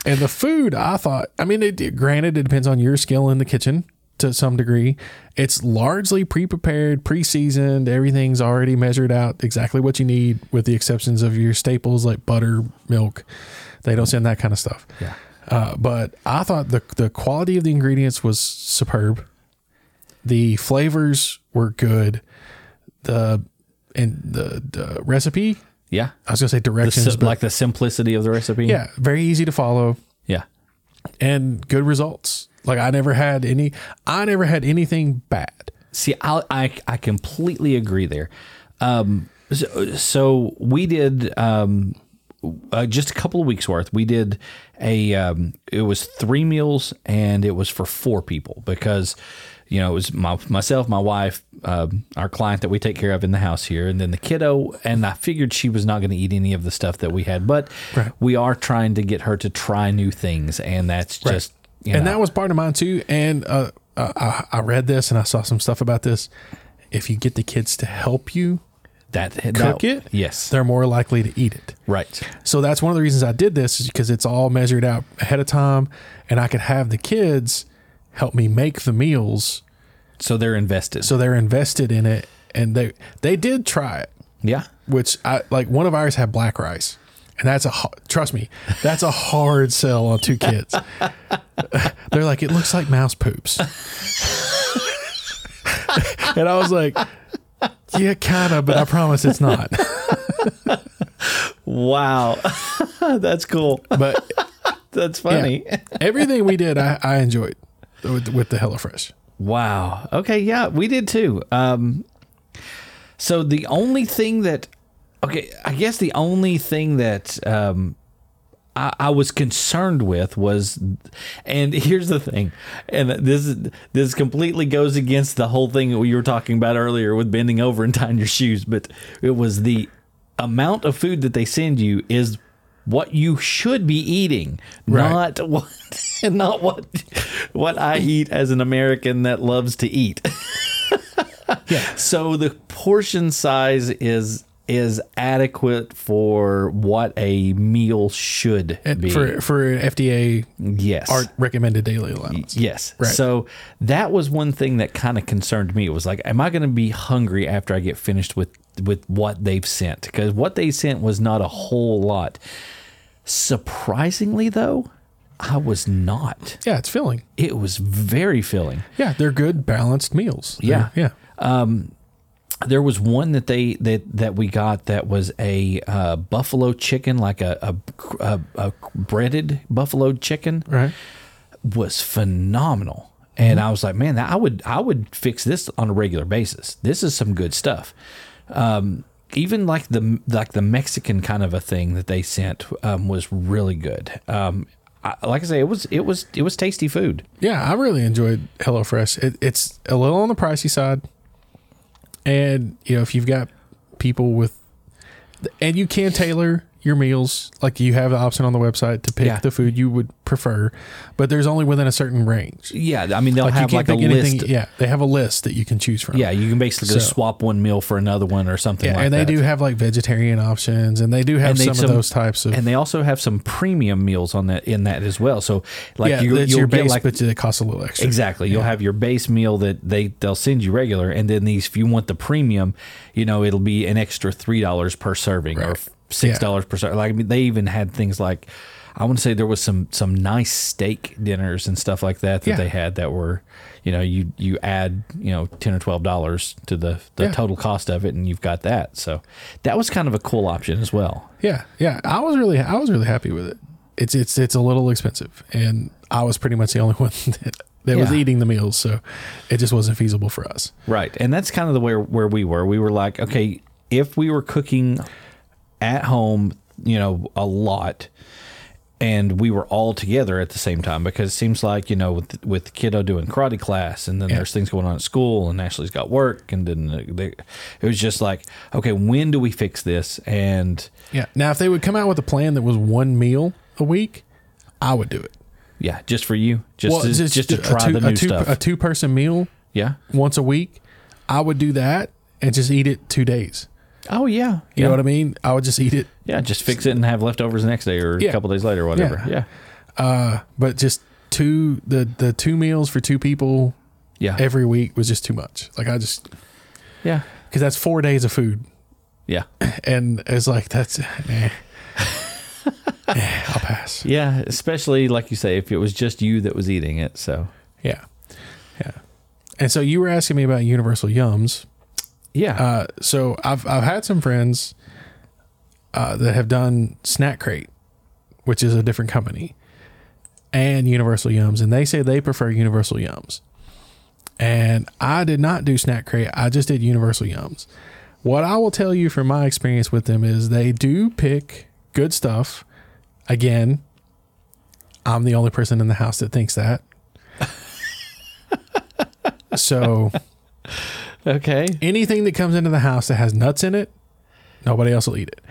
Speaker 1: And the food, I thought, I mean, it, granted, it depends on your skill in the kitchen to some degree. It's largely pre-prepared, pre-seasoned. Everything's already measured out exactly what you need, with the exceptions of your staples like butter, milk. They don't send that kind of stuff.
Speaker 2: Yeah.
Speaker 1: Uh, but I thought the the quality of the ingredients was superb. The flavors were good. The and the, the recipe,
Speaker 2: Yeah.
Speaker 1: I was gonna say
Speaker 2: The
Speaker 1: directions,
Speaker 2: sim-
Speaker 1: but
Speaker 2: like the simplicity of the recipe.
Speaker 1: yeah, very easy to follow
Speaker 2: Yeah.
Speaker 1: and good results. Like I never had any, I never had anything bad.
Speaker 2: See, I I, I completely agree there. Um, so, so we did um, uh, just a couple of weeks worth. We did a um, it was three meals and it was for four people because you know it was my, myself, my wife, um, our client that we take care of in the house here, and then the kiddo. And I figured she was not going to eat any of the stuff that we had, but we are trying to get her to try new things, and that's just you
Speaker 1: and
Speaker 2: know,
Speaker 1: that was part of mine too. And uh, uh, I, I read this and I saw some stuff about this. If you get the kids to help you
Speaker 2: that
Speaker 1: cook
Speaker 2: that-
Speaker 1: it,
Speaker 2: Yes,
Speaker 1: they're more likely to eat it.
Speaker 2: right.
Speaker 1: So that's one of the reasons I did this is because it's all measured out ahead of time, and I could have the kids help me make the meals,
Speaker 2: So they're invested.
Speaker 1: so they're invested in it. And they they did try it,
Speaker 2: Yeah.
Speaker 1: which I like. One of ours had black rice, and that's a har- trust me, that's a hard sell on two kids. they're like, it looks like mouse poops, and I was like, yeah, kind of, but I promise it's not.
Speaker 2: Wow. That's cool.
Speaker 1: But
Speaker 2: That's
Speaker 1: yeah,
Speaker 2: funny.
Speaker 1: everything we did, I, I enjoyed with, with the HelloFresh.
Speaker 2: Wow. Okay. Yeah, we did too. Um, so the only thing that, okay, I guess the only thing that um, I, I was concerned with was, and here's the thing, and this is this completely goes against the whole thing that we were talking about earlier with bending over and tying your shoes, but it was the amount of food that they send you is what you should be eating,
Speaker 1: Right.
Speaker 2: not what and not what what I eat as an American that loves to eat.
Speaker 1: Yeah.
Speaker 2: So the portion size is is adequate for what a meal should
Speaker 1: And
Speaker 2: be.
Speaker 1: Eh, for for FDA
Speaker 2: yes.
Speaker 1: art recommended daily allowance.
Speaker 2: yes.
Speaker 1: Right.
Speaker 2: So that was one thing that kind of concerned me. It was like, am I going to be hungry after I get finished with with what they've sent? Because what they sent was not a whole lot. Surprisingly, though, I was not.
Speaker 1: Yeah, it's filling.
Speaker 2: It was very filling.
Speaker 1: Yeah, they're good balanced meals.
Speaker 2: Yeah.
Speaker 1: They're- yeah.
Speaker 2: there was one that they that that we got that was a uh, buffalo chicken, like a a, a a breaded buffalo chicken,
Speaker 1: Right.
Speaker 2: was phenomenal. And I was like, man, I would I would fix this on a regular basis. This is some good stuff. Um, even like the like the Mexican kind of a thing that they sent um, was really good. Um, I, like I say, it was it was it was tasty food.
Speaker 1: Yeah, I really enjoyed HelloFresh. It, it's a little on the pricey side, and you know if you've got people with, and you can tailor your meals. Like you have the option on the website to pick
Speaker 2: Yeah.
Speaker 1: the food you would prefer, but there's only within a certain range.
Speaker 2: Yeah, I mean they'll have like a list.
Speaker 1: Yeah, they have a list that you can choose from.
Speaker 2: Yeah, you can basically just
Speaker 1: So-
Speaker 2: swap one meal for another one or something
Speaker 1: Yeah,
Speaker 2: like
Speaker 1: and they
Speaker 2: that.
Speaker 1: do have like vegetarian options, and they do have
Speaker 2: And they-
Speaker 1: some,
Speaker 2: some-
Speaker 1: of those types of.
Speaker 2: and they also have some premium meals on that in that as well. So like
Speaker 1: yeah,
Speaker 2: you,
Speaker 1: that's
Speaker 2: you'll
Speaker 1: your
Speaker 2: get
Speaker 1: base,
Speaker 2: like
Speaker 1: but it costs a little extra.
Speaker 2: Exactly. You'll have your base meal that they they'll send you regular, and then these if you want the premium, you know it'll be an extra three dollars per serving or six dollars per serving. Like I mean, they even had things like I want to say there was some some nice steak dinners and stuff like that that
Speaker 1: Yeah.
Speaker 2: they had that were you know you you add you know ten or twelve dollars to the the
Speaker 1: Yeah.
Speaker 2: total cost of it, and you've got that. So that was kind of a cool option as well.
Speaker 1: Yeah, yeah. I was really, I was really happy with it. It's, it's, it's a little expensive, and I was pretty much the only one that, that was
Speaker 2: Yeah.
Speaker 1: eating the meals, so it just wasn't feasible for us.
Speaker 2: Right. And that's kind of the way where we were. We were like, okay, if we were cooking at home, you know, a lot and we were all together at the same time because it seems like, you know, with with the kiddo doing karate class and then there's things going on at school and Ashley's got work and then they, it was just like, okay, when do we fix this? And
Speaker 1: Yeah. Now, if they would come out with a plan that was one meal a week, I would do it.
Speaker 2: yeah, just for you, just to, just, to
Speaker 1: a
Speaker 2: try
Speaker 1: two-
Speaker 2: the new
Speaker 1: a two,
Speaker 2: stuff.
Speaker 1: A two-person meal
Speaker 2: yeah.
Speaker 1: once a week, I would do that and just eat it two days.
Speaker 2: Oh yeah.
Speaker 1: You
Speaker 2: yeah.
Speaker 1: know what I mean? I would just eat it,
Speaker 2: yeah, just fix it and have leftovers the next day or
Speaker 1: Yeah.
Speaker 2: a couple days later or whatever.
Speaker 1: Yeah.
Speaker 2: Yeah.
Speaker 1: uh, but just two the the two meals for two people
Speaker 2: Yeah. Yeah.
Speaker 1: every week was just too much. Like I just
Speaker 2: Yeah.
Speaker 1: because that's four days of food
Speaker 2: yeah.
Speaker 1: and it's like that's eh. Eh, I'll pass.
Speaker 2: Yeah, especially like you say, if it was just you that was eating it. So
Speaker 1: Yeah, yeah. And so you were asking me about Universal Yums.
Speaker 2: yeah,
Speaker 1: Uh, so I've I've had some friends uh, that have done Snack Crate, which is a different company, and Universal Yums, and they say they prefer Universal Yums. And I did not do Snack Crate. I just did Universal Yums. What I will tell you from my experience with them is they do pick good stuff. Again, I'm the only person in the house that thinks that. so
Speaker 2: okay,
Speaker 1: anything that comes into the house that has nuts in it, nobody else will eat it.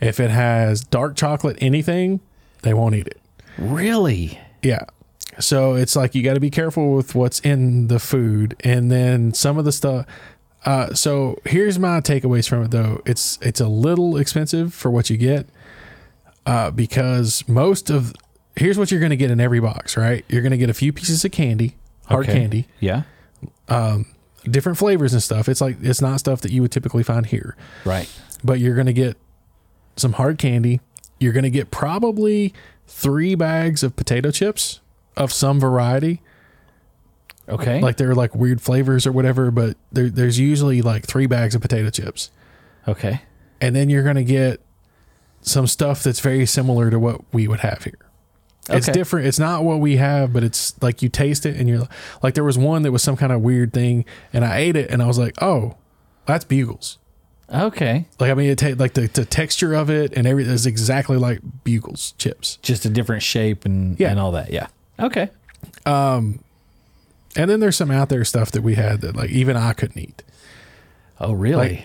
Speaker 1: If it has dark chocolate, anything, they won't eat it.
Speaker 2: really,
Speaker 1: Yeah. So it's like you got to be careful with what's in the food, and then some of the stuff. Uh, so here's my takeaways from it though. It's it's a little expensive for what you get, uh, because most of here's what you're going to get in every box. Right, you're going to get a few pieces of candy, hard
Speaker 2: Okay.
Speaker 1: candy,
Speaker 2: yeah,
Speaker 1: different flavors and stuff. It's like it's not stuff that you would typically find here.
Speaker 2: right,
Speaker 1: but you're going to get some hard candy. You're going to get probably three bags of potato chips of some variety.
Speaker 2: okay,
Speaker 1: Like they're like weird flavors or whatever, but there, there's usually like three bags of potato chips.
Speaker 2: okay,
Speaker 1: And then you're going to get some stuff that's very similar to what we would have here. It's
Speaker 2: Okay.
Speaker 1: different. It's not what we have, but it's like you taste it and you're like, like, there was one that was some kind of weird thing and I ate it and I was like, oh, that's bugles.
Speaker 2: okay,
Speaker 1: Like I mean, it ta- like the, the texture of it and everything is exactly like bugles chips.
Speaker 2: just a different shape and
Speaker 1: Yeah.
Speaker 2: and all that. Yeah, okay,
Speaker 1: And then there's some out there stuff that we had that like even I couldn't eat.
Speaker 2: oh really?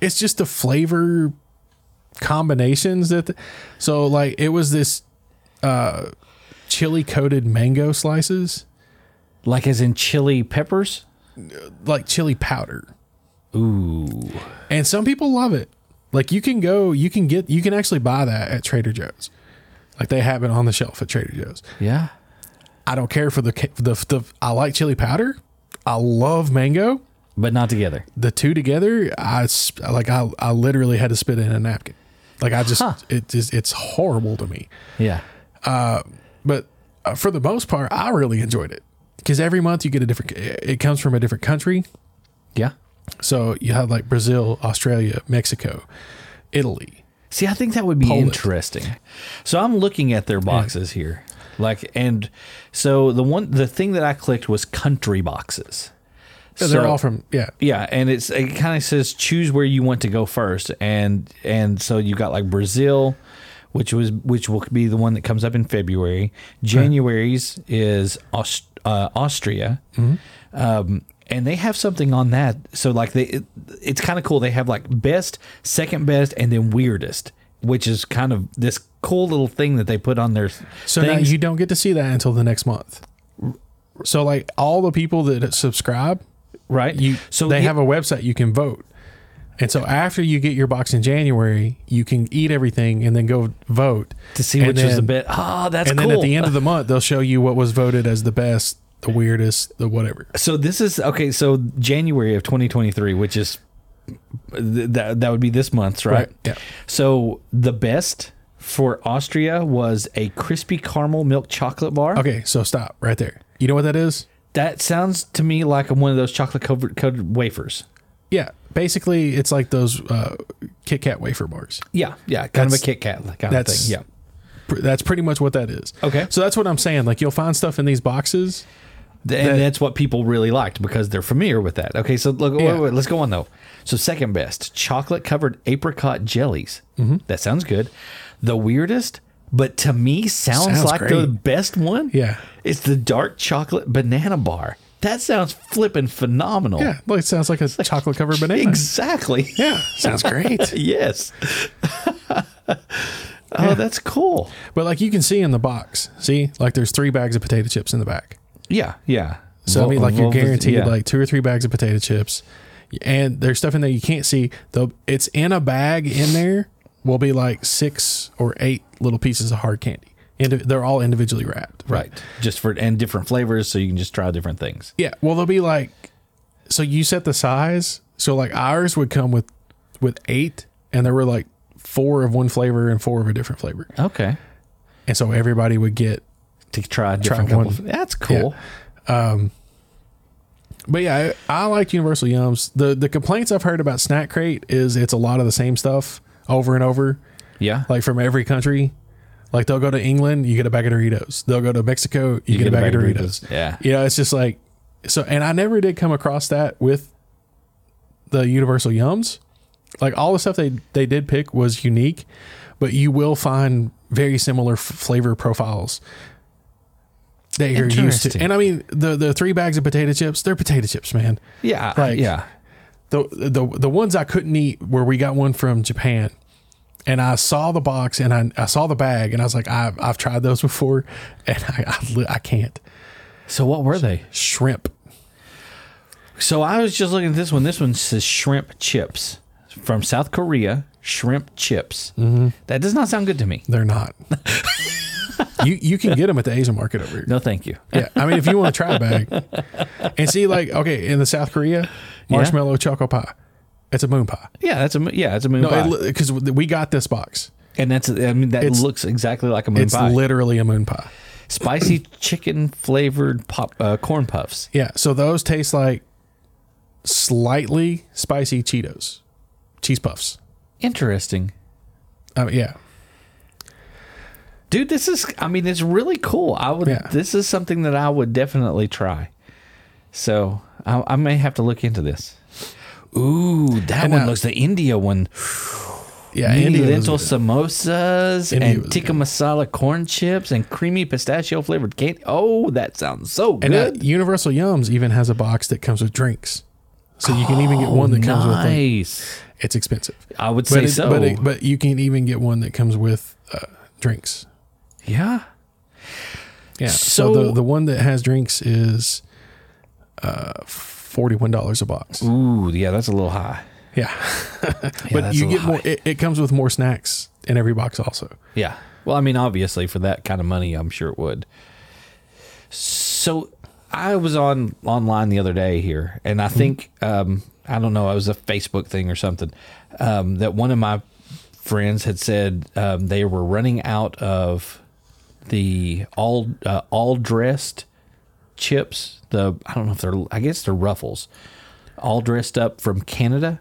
Speaker 1: It's just the flavor combinations that. th- so like it was this uh, chili coated mango slices,
Speaker 2: like as in chili peppers?
Speaker 1: like chili powder,
Speaker 2: Ooh,
Speaker 1: and some people love it. Like you can go, you can get, you can actually buy that at Trader Joe's. Like they have it on the shelf at Trader Joe's.
Speaker 2: yeah,
Speaker 1: I don't care for the ca- the the. I like chili powder. I love mango.
Speaker 2: but not together.
Speaker 1: The two together, I s- like. I I literally had to spit in a napkin. Like I just
Speaker 2: Huh.
Speaker 1: it just it's horrible to me.
Speaker 2: Yeah,
Speaker 1: But uh, for the most part, I really enjoyed it because every month you get a different. It comes from a different country,
Speaker 2: yeah.
Speaker 1: so you have like Brazil, Australia, Mexico, Italy.
Speaker 2: See, I think that would be
Speaker 1: Poland.
Speaker 2: interesting. So I'm looking at their boxes here. Like and so the one the thing that I clicked was country boxes.
Speaker 1: They're
Speaker 2: So-
Speaker 1: all from yeah.
Speaker 2: Yeah, and it's it kind of says choose where you want to go first, and and so you got like Brazil, which was which will be the one that comes up in February. January's is Aust- uh, Austria,
Speaker 1: Mm-hmm.
Speaker 2: um, and they have something on that. So like they, it, it's kind of cool. They have like best, second best, and then weirdest. which is kind of this cool little thing that they put on their
Speaker 1: So now
Speaker 2: things.
Speaker 1: you don't get to see that until the next month. So like all the people that subscribe,
Speaker 2: right?
Speaker 1: you
Speaker 2: so
Speaker 1: they
Speaker 2: it-
Speaker 1: have a website you can vote. And so after you get your box in January, you can eat everything and then go vote
Speaker 2: to see
Speaker 1: and
Speaker 2: which was the
Speaker 1: then-
Speaker 2: best. Ah, that's
Speaker 1: And
Speaker 2: cool.
Speaker 1: then at the end of the month, they'll show you what was voted as the best, the weirdest, the whatever.
Speaker 2: so this is okay. So January of 2023, which is th- that that would be this month's right?
Speaker 1: Right, yeah.
Speaker 2: So the best for Austria was a crispy caramel milk chocolate bar.
Speaker 1: Okay, so stop right there. You know what that is?
Speaker 2: That sounds to me like one of those chocolate covered, coated wafers.
Speaker 1: Yeah, basically it's like those uh, Kit Kat wafer bars.
Speaker 2: Yeah, yeah, kind
Speaker 1: That's-
Speaker 2: of a Kit Kat kind of
Speaker 1: that's-
Speaker 2: thing. Yeah.
Speaker 1: Pr- That's pretty much what that is.
Speaker 2: Okay.
Speaker 1: So that's what I'm saying. Like you'll find stuff in these boxes.
Speaker 2: Th- and that's what people really liked because they're familiar with that. Okay, so look, wait,
Speaker 1: Yeah.
Speaker 2: wait, let's go on though. So second best, chocolate covered apricot jellies.
Speaker 1: Mm-hmm.
Speaker 2: That sounds good. The weirdest, but to me sounds,
Speaker 1: Sounds
Speaker 2: like the
Speaker 1: great.
Speaker 2: best one.
Speaker 1: Yeah.
Speaker 2: it's the dark chocolate banana bar. That sounds flippin' phenomenal.
Speaker 1: Yeah, like it sounds like a chocolate covered banana.
Speaker 2: exactly.
Speaker 1: Yeah, sounds great.
Speaker 2: yes. oh, that's cool.
Speaker 1: But like you can see in the box, see, like there's three bags of potato chips in the back.
Speaker 2: Yeah, yeah.
Speaker 1: So I mean, like you're
Speaker 2: Volvo-
Speaker 1: guaranteed
Speaker 2: yeah.
Speaker 1: like two or three bags of potato chips, and there's stuff in there you can't see. Though it's in a bag in there will be like six or eight little pieces of hard candy, and they're all individually wrapped.
Speaker 2: right, just for and different flavors, so you can just try different things.
Speaker 1: Yeah. Well, they'll be like, so you set the size. So like ours would come with with eight, and there were like four of one flavor and four of a different flavor,
Speaker 2: Okay.
Speaker 1: and so everybody would get
Speaker 2: to try a different
Speaker 1: one.
Speaker 2: couple. That's cool.
Speaker 1: But yeah, I, I like Universal Yums. The the complaints I've heard about Snack Crate is it's a lot of the same stuff over and over,
Speaker 2: Yeah.
Speaker 1: like from every country. Like they'll go to England, you get a bag of Doritos. They'll go to Mexico, you, get, a bag, of Doritos.
Speaker 2: Yeah.
Speaker 1: You know, it's just like so. And I never did come across that with the Universal Yums. Like all the stuff they they did pick was unique, but you will find very similar f- flavor profiles that you're used to.
Speaker 2: Interesting.
Speaker 1: And I mean, the the three bags of potato chips, they're potato chips, man
Speaker 2: yeah.
Speaker 1: Like-
Speaker 2: yeah.
Speaker 1: the the the ones I couldn't eat where we got one from Japan. And I saw the box and I, I saw the bag and I was like, I've, I've tried those before and I, I, li- I can't.
Speaker 2: So what were they?
Speaker 1: Shrimp.
Speaker 2: So I was just looking at this one. This one says shrimp chips from South Korea. Shrimp chips. Mm-hmm. That does not sound good to me.
Speaker 1: They're not. you you can get them at the Asian market over here.
Speaker 2: No, thank you.
Speaker 1: Yeah. I mean, if you want to try a bag and see, like, okay, in the South Korea, marshmallow choco pie. It's a moon pie.
Speaker 2: Yeah, that's a mo- yeah, that's a moon pie,
Speaker 1: No, because we got this box.
Speaker 2: and that's I mean that
Speaker 1: it's-
Speaker 2: looks exactly like a moon
Speaker 1: It's
Speaker 2: pie.
Speaker 1: literally a moon pie.
Speaker 2: Spicy chicken flavored pop uh, corn puffs.
Speaker 1: Yeah, so those taste like slightly spicy Cheetos, cheese puffs.
Speaker 2: Interesting,
Speaker 1: Uh, yeah,
Speaker 2: dude. This is I mean it's really cool. I would
Speaker 1: Yeah.
Speaker 2: this is something that I would definitely try. So I, I may have to look into this. Ooh, that
Speaker 1: And,
Speaker 2: one
Speaker 1: uh,
Speaker 2: looks the India one.
Speaker 1: yeah.
Speaker 2: Mini
Speaker 1: India
Speaker 2: lentil
Speaker 1: was-
Speaker 2: samosas
Speaker 1: India was
Speaker 2: and tikka masala corn chips and creamy pistachio flavored candy. Oh, that sounds so
Speaker 1: and uh,
Speaker 2: good.
Speaker 1: Universal Yums even has a box that comes with drinks, so you can even get one that comes with. Like,
Speaker 2: nice.
Speaker 1: it's expensive,
Speaker 2: I would
Speaker 1: but
Speaker 2: say
Speaker 1: it-
Speaker 2: so.
Speaker 1: but it- but you can even get one that comes with uh, drinks.
Speaker 2: yeah.
Speaker 1: Yeah. So,
Speaker 2: So-
Speaker 1: the the one that has drinks is uh, forty one dollars a box.
Speaker 2: Ooh, yeah, that's a little high.
Speaker 1: Yeah, but
Speaker 2: that's
Speaker 1: you
Speaker 2: a
Speaker 1: get
Speaker 2: lot.
Speaker 1: more. It, it comes with more snacks in every box also.
Speaker 2: Yeah. Well, I mean, obviously, for that kind of money, I'm sure it would. So, I was on online the other day here, and I think um, I don't know. It was a Facebook thing or something um, that one of my friends had said um, they were running out of the all uh, all dressed chips. The I don't know if they're I guess they're ruffles, all dressed up from Canada.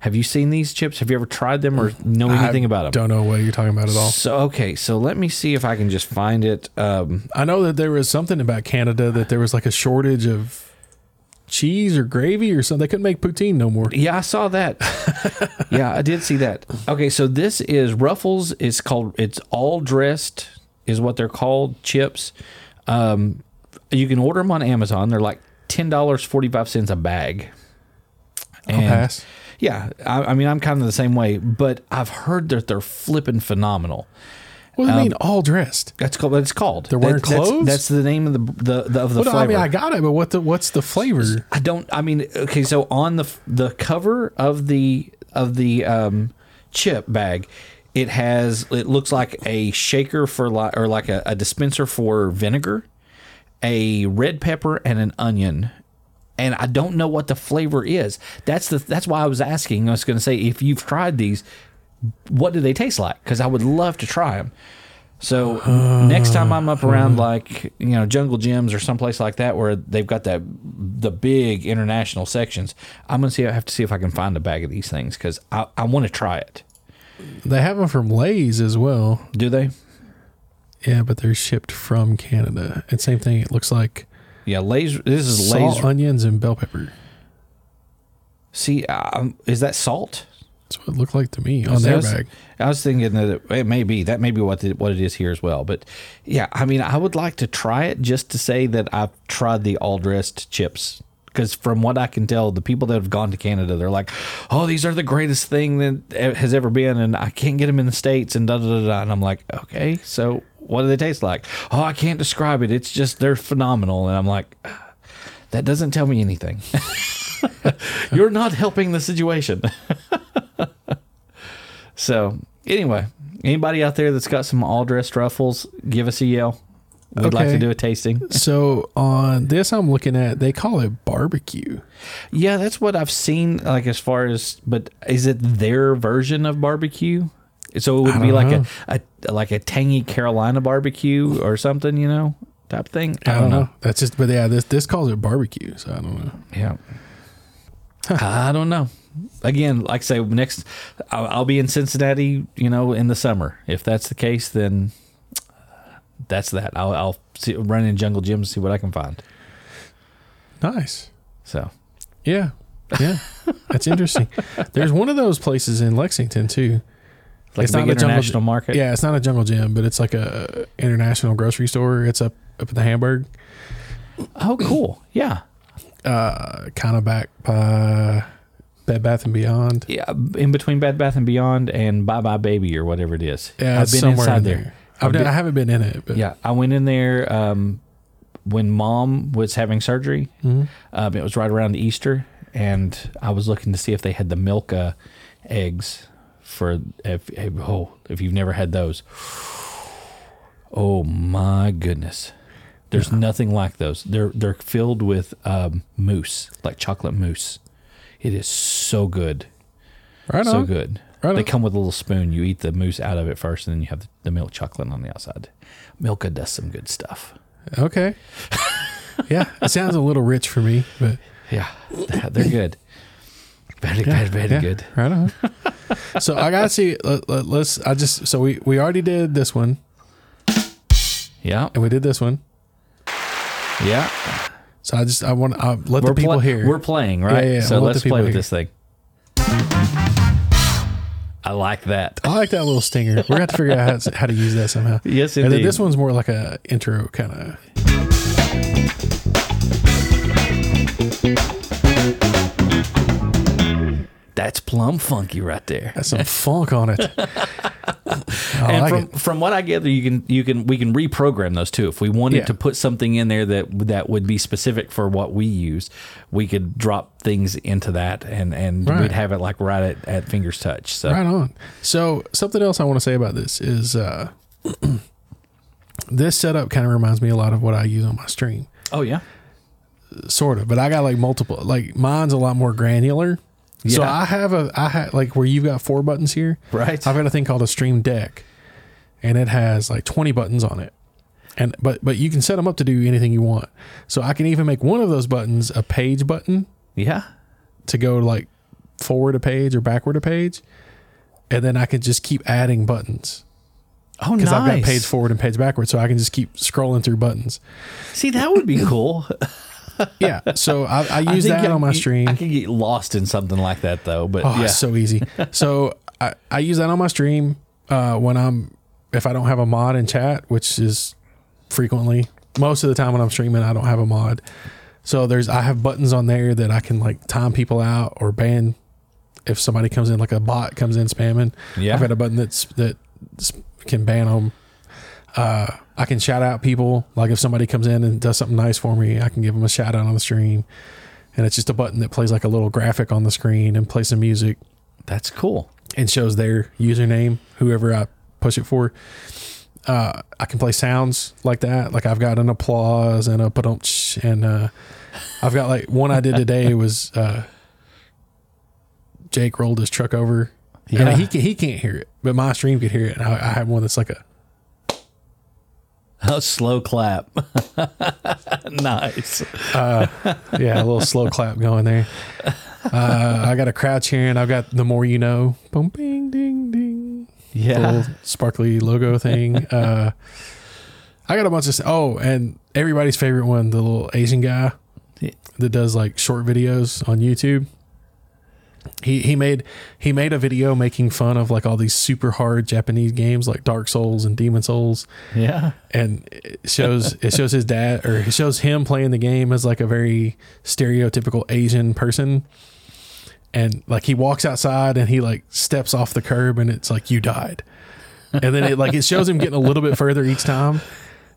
Speaker 2: Have you seen these chips? Have you ever tried them or know anything
Speaker 1: I
Speaker 2: about them?
Speaker 1: Don't know what you're talking about at all.
Speaker 2: So okay, so let me see if I can just find it. Um,
Speaker 1: I know that there was something about Canada that there was like a shortage of cheese or gravy or something. They couldn't make poutine no more.
Speaker 2: yeah, I saw that. yeah, I did see that. Okay, so this is Ruffles. It's called. It's all dressed is what they're called chips. Um, you can order them on Amazon. They're like ten dollars forty five cents a bag.
Speaker 1: I'll pass.
Speaker 2: Yeah, I, I mean, I'm kind of the same way, but I've heard that they're flipping phenomenal.
Speaker 1: What do you
Speaker 2: um,
Speaker 1: mean all dressed?
Speaker 2: That's called. That's called. They're
Speaker 1: wearing
Speaker 2: that's,
Speaker 1: clothes?
Speaker 2: That's the name of the the, the of the
Speaker 1: Well, no,
Speaker 2: flavor.
Speaker 1: I mean, I got it, but what the what's the flavor?
Speaker 2: I don't. I mean, okay. So on the the cover of the of the um, chip bag, it has it looks like a shaker for like or like a, a dispenser for vinegar, a red pepper, and an onion. And I don't know what the flavor is. That's the that's why I was asking. I was going to say if you've tried these, what do they taste like? Because I would love to try them. So next time I'm up around like you know Jungle Gyms or someplace like that where they've got that the big international sections, I'm gonna see. I have to see if I can find a bag of these things because I, I want to try it.
Speaker 1: They have them from Lay's as well.
Speaker 2: Do they?
Speaker 1: Yeah, but they're shipped from Canada. And same thing. It looks like
Speaker 2: Yeah, Lay's. This is
Speaker 1: salt,
Speaker 2: Lay's.
Speaker 1: onions, and bell pepper.
Speaker 2: See, um, is that salt?
Speaker 1: That's what it looked like to me on
Speaker 2: I
Speaker 1: their
Speaker 2: was,
Speaker 1: bag.
Speaker 2: I was thinking that it, it may be that may be what the, what it is here as well. But yeah, I mean, I would like to try it just to say that I've tried the all dressed chips. Because from what I can tell, the people that have gone to Canada, they're like, "Oh, these are the greatest thing that e, has ever been," and I can't get them in the states, and da da da. da. And I'm like, "Okay, so what do they taste like?" Oh, I can't describe it. It's just they're phenomenal, and I'm like, "Ah, "That doesn't tell me anything. You're not helping the situation." So anyway, anybody out there that's got some all dressed ruffles, give us a yell. We'd like to
Speaker 1: Okay.
Speaker 2: do a tasting.
Speaker 1: So on this, I'm looking at. They call it barbecue.
Speaker 2: Yeah, that's what I've seen. Like as far as, but is it their version of barbecue? So it would be
Speaker 1: don't
Speaker 2: like
Speaker 1: know.
Speaker 2: a, a like a tangy Carolina barbecue or something, you know, type thing.
Speaker 1: I don't know. That's just. But yeah, this this calls it barbecue. So I don't know.
Speaker 2: Yeah. I don't know. Again, like I say, next I'll, I'll be in Cincinnati, you know, in the summer. If that's the case, then that's that. I'll, I'll see, run in Jungle Gym and see what I can find.
Speaker 1: Nice.
Speaker 2: So,
Speaker 1: Yeah. Yeah. That's interesting. There's one of those places in Lexington too.
Speaker 2: like
Speaker 1: It's
Speaker 2: a
Speaker 1: not
Speaker 2: big
Speaker 1: the Jungle
Speaker 2: international
Speaker 1: Gy-
Speaker 2: market.
Speaker 1: Yeah, it's not a jungle gym, but it's like a international grocery store. It's up up in the Hamburg,
Speaker 2: Oh, cool. Yeah.
Speaker 1: uh, kind of back by Bed Bath and Beyond.
Speaker 2: Yeah. In between Bed Bath and Beyond and Bye Bye Baby or whatever it is.
Speaker 1: Yeah,
Speaker 2: I've
Speaker 1: it's
Speaker 2: been
Speaker 1: somewhere
Speaker 2: inside
Speaker 1: in
Speaker 2: there.
Speaker 1: there. I've been, I haven't been in it, but
Speaker 2: Yeah, I went in there um, when mom was having surgery. Um, it was right around Easter, and I was looking to see if they had the Milka eggs for if if- oh if you've never had those. Oh my goodness. There's nothing like those. They're they're filled with um, mousse, like chocolate mousse. It is so good,
Speaker 1: right
Speaker 2: so
Speaker 1: on.
Speaker 2: good.
Speaker 1: Right
Speaker 2: they
Speaker 1: on.
Speaker 2: come with a little spoon. You eat the mousse out of it first, and then you have the, the milk chocolate on the outside. Milka does some good stuff.
Speaker 1: Okay. yeah, it sounds a little rich for me, but
Speaker 2: Yeah, they're good. Very, very, very
Speaker 1: yeah,
Speaker 2: good.
Speaker 1: Right on. so I gotta see. Let, let, let's. I just. So we we already did this one,
Speaker 2: Yeah,
Speaker 1: and we did this one.
Speaker 2: yeah.
Speaker 1: So I just I want I let the
Speaker 2: pla-
Speaker 1: people hear.
Speaker 2: We're playing, right?
Speaker 1: Yeah, yeah,
Speaker 2: so
Speaker 1: we'll let
Speaker 2: let's
Speaker 1: the
Speaker 2: play
Speaker 1: people
Speaker 2: with
Speaker 1: hear.
Speaker 2: this thing. I like that.
Speaker 1: I like that little stinger. We're gonna have to figure out how, how to use that somehow.
Speaker 2: Yes,
Speaker 1: And then
Speaker 2: indeed.
Speaker 1: this one's more like a intro kind of.
Speaker 2: That's plum funky right there.
Speaker 1: Has some funk on it. I
Speaker 2: and
Speaker 1: like
Speaker 2: from,
Speaker 1: it.
Speaker 2: from what I gather, you can you can we can reprogram those too. If we wanted
Speaker 1: Yeah.
Speaker 2: to put something in there that that would be specific for what we use, we could drop things into that, and and
Speaker 1: Right.
Speaker 2: we'd have it like right at, at fingers touch. So
Speaker 1: Right on. So something else I want to say about this is uh, this setup kind of reminds me a lot of what I use on my stream,
Speaker 2: oh yeah,
Speaker 1: sort of. But I got like multiple. Like mine's a lot more granular. So
Speaker 2: Yeah.
Speaker 1: I have a I had like where you've got four buttons here.
Speaker 2: Right.
Speaker 1: I've got a thing called a stream deck, and it has like twenty buttons on it. And but but you can set them up to do anything you want. So I can even make one of those buttons a page button,
Speaker 2: yeah.
Speaker 1: to go like forward a page or backward a page, and then I can just keep adding buttons
Speaker 2: Oh, nice.
Speaker 1: because I've got page forward and page backward, so I can just keep scrolling through buttons.
Speaker 2: See, that would be cool.
Speaker 1: Yeah, so I, I use
Speaker 2: think
Speaker 1: that
Speaker 2: I-
Speaker 1: on my
Speaker 2: you-
Speaker 1: stream.
Speaker 2: I could get lost in something like that though. But
Speaker 1: Oh,
Speaker 2: yeah,
Speaker 1: it's so easy. so I, I use that on my stream uh, when I'm if I don't have a mod in chat, which is frequently most of the time when I'm streaming, I don't have a mod. So there's I have buttons on there that I can like time people out or ban if somebody comes in like a bot comes in spamming.
Speaker 2: Yeah.
Speaker 1: I've got a button that's that s- can ban them. Uh, I can shout out people. Like if somebody comes in and does something nice for me, I can give them a shout out on the stream. And it's just a button that plays like a little graphic on the screen and plays some music
Speaker 2: That's cool.
Speaker 1: and shows their username, whoever I push it for. Uh, I can play sounds like that. Like I've got an applause and a ba-dumch and uh, I've got like one I did today was uh, Jake rolled his truck over.
Speaker 2: Yeah.
Speaker 1: Yeah, he can, he can't hear it, but my stream could hear it. And I, I have one that's like a
Speaker 2: A slow clap. nice.
Speaker 1: yeah, a little slow clap going there. Uh, I got a crowd cheering. I've got the more you know. Boom, bing, ding, ding.
Speaker 2: Yeah.
Speaker 1: little sparkly logo thing. Uh, I got a bunch of st- oh, and everybody's favorite one, the little Asian guy
Speaker 2: Yeah.
Speaker 1: that does like short videos on YouTube. He he made he made a video making fun of like all these super hard Japanese games like Dark Souls and Demon Souls,
Speaker 2: Yeah.
Speaker 1: and it shows it shows his dad or it shows him playing the game as like a very stereotypical Asian person. And like he walks outside and he like steps off the curb and it's like you died. And then it like it shows him getting a little bit further each time.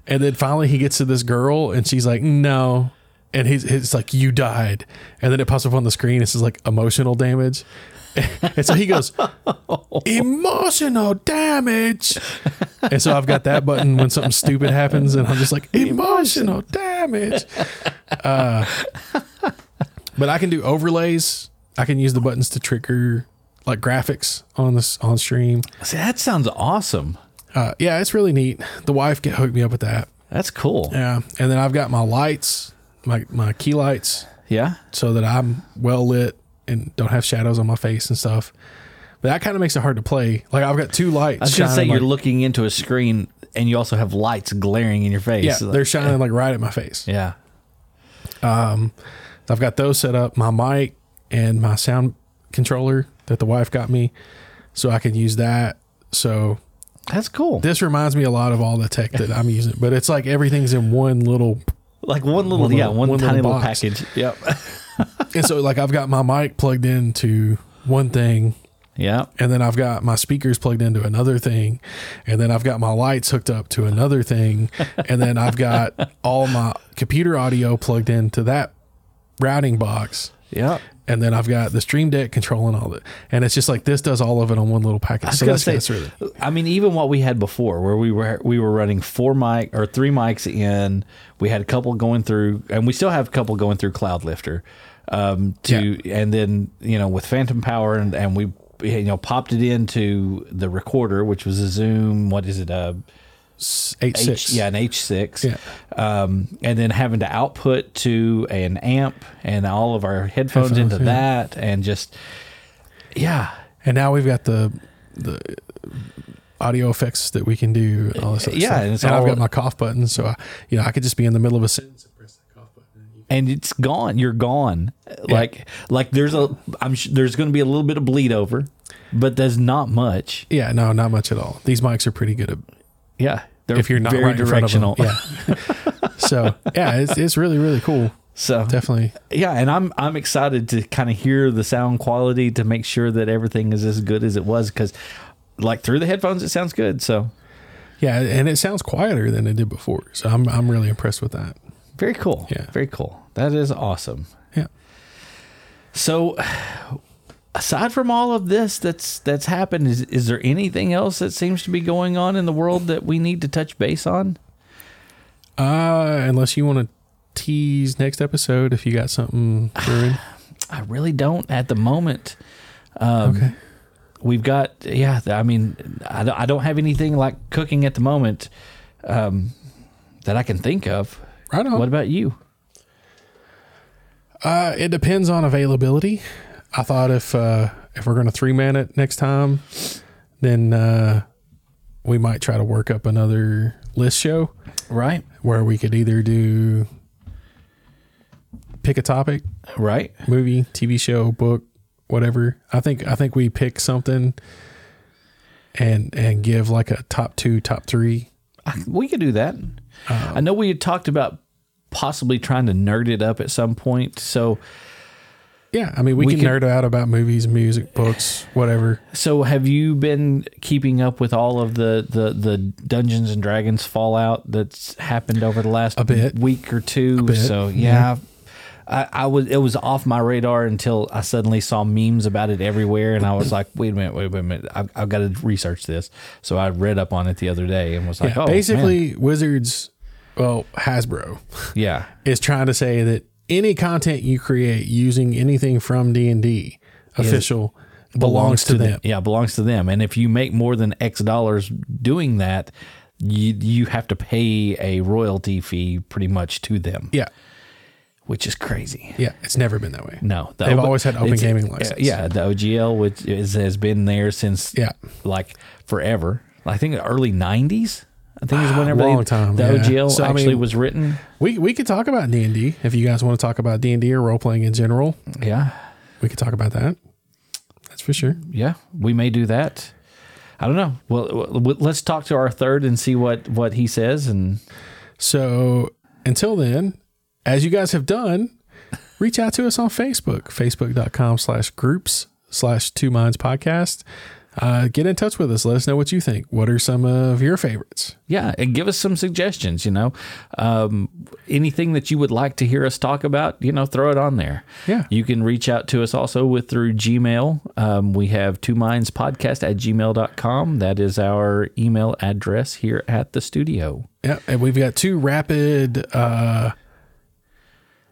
Speaker 1: And then finally he gets to this girl and she's like, No. And he's it's like, You died. And then it pops up on the screen, it's just like emotional damage. And so he goes, Emotional damage. And so I've got that button when something stupid happens, and I'm just like, emotional damage. Uh, but I can do overlays. I can use the buttons to trigger like graphics on this on stream.
Speaker 2: See, that sounds awesome.
Speaker 1: Uh, yeah, it's really neat. The wife get hooked me up with that.
Speaker 2: That's cool. Yeah.
Speaker 1: Yeah, and then I've got my lights, my my key lights, so that I'm well lit and don't have shadows on my face and stuff. But that kind of makes it hard to play. Like I've got two lights.
Speaker 2: I was going to say
Speaker 1: shining,
Speaker 2: you're
Speaker 1: like-
Speaker 2: looking into a screen and you also have lights glaring in your face.
Speaker 1: yeah,
Speaker 2: It's like-
Speaker 1: they're shining like right at my face.
Speaker 2: yeah.
Speaker 1: I've got those set up, my mic and my sound controller that the wife got me, so I can use that. So
Speaker 2: That's cool.
Speaker 1: this reminds me a lot of all the tech that I'm using, but it's like everything's in one little.
Speaker 2: Like one little,
Speaker 1: One
Speaker 2: yeah,
Speaker 1: little-
Speaker 2: one,
Speaker 1: one
Speaker 2: tiny
Speaker 1: little
Speaker 2: little
Speaker 1: box.
Speaker 2: package. Yep.
Speaker 1: And so, like, I've got my mic plugged into one thing,
Speaker 2: yeah.
Speaker 1: and then I've got my speakers plugged into another thing, and then I've got my lights hooked up to another thing, and then I've got all my computer audio plugged into that routing box.
Speaker 2: Yeah.
Speaker 1: and then I've got the Stream Deck controlling all it, and it's just like this does all of it on one little package. So
Speaker 2: I
Speaker 1: that's,
Speaker 2: was gonna
Speaker 1: that's
Speaker 2: say,
Speaker 1: really
Speaker 2: I mean, even what we had before, where we were we were running four mic or three mics in, we had a couple going through, and we still have a couple going through Cloud Lifter, um, to and then you know with Phantom Power and and we you know popped it into the recorder, which was a Zoom. What is it? A
Speaker 1: H
Speaker 2: H-
Speaker 1: six.
Speaker 2: yeah, an H six.
Speaker 1: Yeah.
Speaker 2: Um, and then having to output to an amp and all of our headphones,
Speaker 1: Headphones,
Speaker 2: into
Speaker 1: yeah.
Speaker 2: that, and just yeah,
Speaker 1: and now we've got the the audio effects that we can do. And all this other
Speaker 2: Yeah,
Speaker 1: stuff.
Speaker 2: and
Speaker 1: and,
Speaker 2: it's
Speaker 1: I've
Speaker 2: all-
Speaker 1: got my cough button, so I, you know I could just be in the middle of a sentence and press the cough button.
Speaker 2: and it's gone. You're gone. Like like there's a I'm sh- there's going to be a little bit of bleed over, but there's not much.
Speaker 1: Yeah, no, not much at all. These mics are pretty good at
Speaker 2: Yeah, they're
Speaker 1: if you're not
Speaker 2: very
Speaker 1: right
Speaker 2: directional.
Speaker 1: In front of them. Yeah. so yeah, it's it's really really cool.
Speaker 2: So
Speaker 1: Definitely.
Speaker 2: yeah, and I'm I'm excited to kind of hear the sound quality to make sure that everything is as good as it was because like through the headphones it sounds good. So
Speaker 1: Yeah, and it sounds quieter than it did before. So I'm I'm really impressed with that.
Speaker 2: very cool.
Speaker 1: Yeah.
Speaker 2: very cool. That is awesome.
Speaker 1: Yeah.
Speaker 2: So aside from all of this that's that's happened is is there anything else that seems to be going on in the world that we need to touch base on?
Speaker 1: Uh, unless you want to tease next episode if you got something brewing.
Speaker 2: I really don't at the moment. Um,
Speaker 1: Okay.
Speaker 2: We've got, yeah, th- I mean, I don't, I don't have anything like cooking at the moment um, that I can think of.
Speaker 1: Right on.
Speaker 2: What about you?
Speaker 1: uh, it depends on availability. I thought if uh, if we're gonna three man it next time, then uh, we might try to work up another list show
Speaker 2: Right.
Speaker 1: where we could either do pick a topic,
Speaker 2: Right.
Speaker 1: movie, TV show, book, whatever. I think I think we pick something and and give like a top two, top three.
Speaker 2: I, we could do that. I know we had talked about possibly trying to nerd it up at some point. So
Speaker 1: Yeah, I mean, we,
Speaker 2: We
Speaker 1: can
Speaker 2: could-
Speaker 1: nerd out about movies, music, books, whatever.
Speaker 2: So have you been keeping up with all of the the, the Dungeons and Dragons fallout that's happened over the last a
Speaker 1: bit.
Speaker 2: week or two?
Speaker 1: bit,
Speaker 2: So yeah. I, I was it was off my radar until I suddenly saw memes about it everywhere, and I was like, "Wait a minute, wait, wait a minute, I've, I've got to research this." So I read up on it the other day and was like, "Oh, man."
Speaker 1: Basically, Wizards, well, Hasbro
Speaker 2: yeah,
Speaker 1: is trying to say that any content you create using anything from D and D official belongs to them.
Speaker 2: Yeah, belongs to them. And if you make more than X dollars doing that, you you have to pay a royalty fee pretty much to them,
Speaker 1: Yeah,
Speaker 2: which is crazy.
Speaker 1: yeah, it's never been that way.
Speaker 2: No, the
Speaker 1: They've always had open
Speaker 2: it's-
Speaker 1: gaming license.
Speaker 2: Yeah, the OGL which is, has been there since
Speaker 1: Yeah.
Speaker 2: like forever. I think the early '90s. I think is whenever
Speaker 1: Long
Speaker 2: they,
Speaker 1: time,
Speaker 2: the
Speaker 1: yeah.
Speaker 2: OGL
Speaker 1: So, I
Speaker 2: actually
Speaker 1: mean-
Speaker 2: was written.
Speaker 1: We we could talk about D and D if you guys want to talk about D and D or role playing in general.
Speaker 2: Yeah,
Speaker 1: We could talk about that. That's for sure.
Speaker 2: yeah, we may do that. I don't know. Well, w- let's talk to our third and see what what he says and.
Speaker 1: So until then, as you guys have done, reach out to us on Facebook, facebook.com slash groups slash two minds podcast. Uh, get in touch with us. Let us know what you think. What are some of your favorites?
Speaker 2: yeah and give us some suggestions you know um, anything that you would like to hear us talk about you know throw it on there
Speaker 1: Yeah.
Speaker 2: you can reach out to us also with through gmail um, we have two minds podcast at gmail.com that is our email address here at the studio
Speaker 1: Yeah. And we've got two rapid, uh,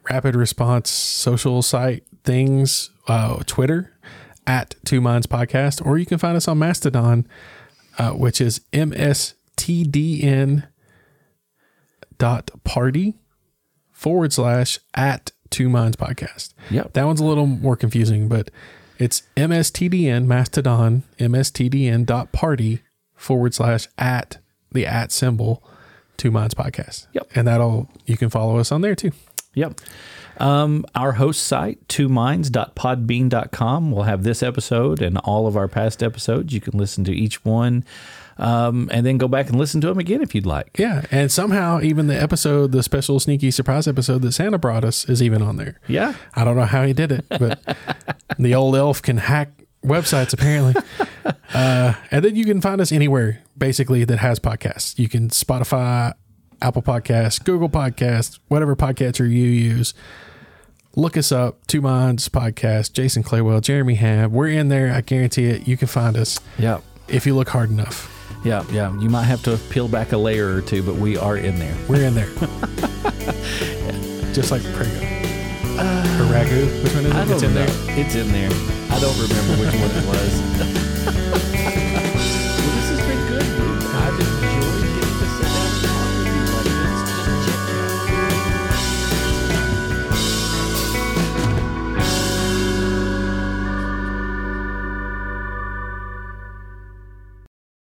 Speaker 1: rapid response social site things, uh, Twitter at two minds podcast, or you can find us on Mastodon, uh, which is mstdn dot party forward slash at two minds podcast.
Speaker 2: Yep.
Speaker 1: That one's a little more confusing, but it's mstdn mastodon mstdn dot party forward slash at the at symbol two minds podcast.
Speaker 2: Yep.
Speaker 1: And that'll, you can follow us on there too.
Speaker 2: Yep. Um, our host site, twominds.podbean.com, will have this episode and all of our past episodes. You can listen to each one um, and then go back and listen to them again if you'd like.
Speaker 1: Yeah, and somehow even the episode, the special sneaky surprise episode that Santa brought us, is even on there.
Speaker 2: Yeah.
Speaker 1: I don't know how he did it, but the old elf can hack websites apparently. uh, and then you can find us anywhere basically that has podcasts. You can Spotify, Apple Podcasts, Google Podcasts, whatever podcatcher you use. Look us up, Two Minds Podcast, Jason Claywell, Jeremy Hab. We're in there. I guarantee it. You can find us
Speaker 2: Yep.
Speaker 1: if you look hard enough.
Speaker 2: Yeah, yeah. You might have to peel back a layer or two, but we are in there.
Speaker 1: We're in there. Just like Prego. or Ragu. Which one is it?
Speaker 2: It's in there. I don't remember which one it was.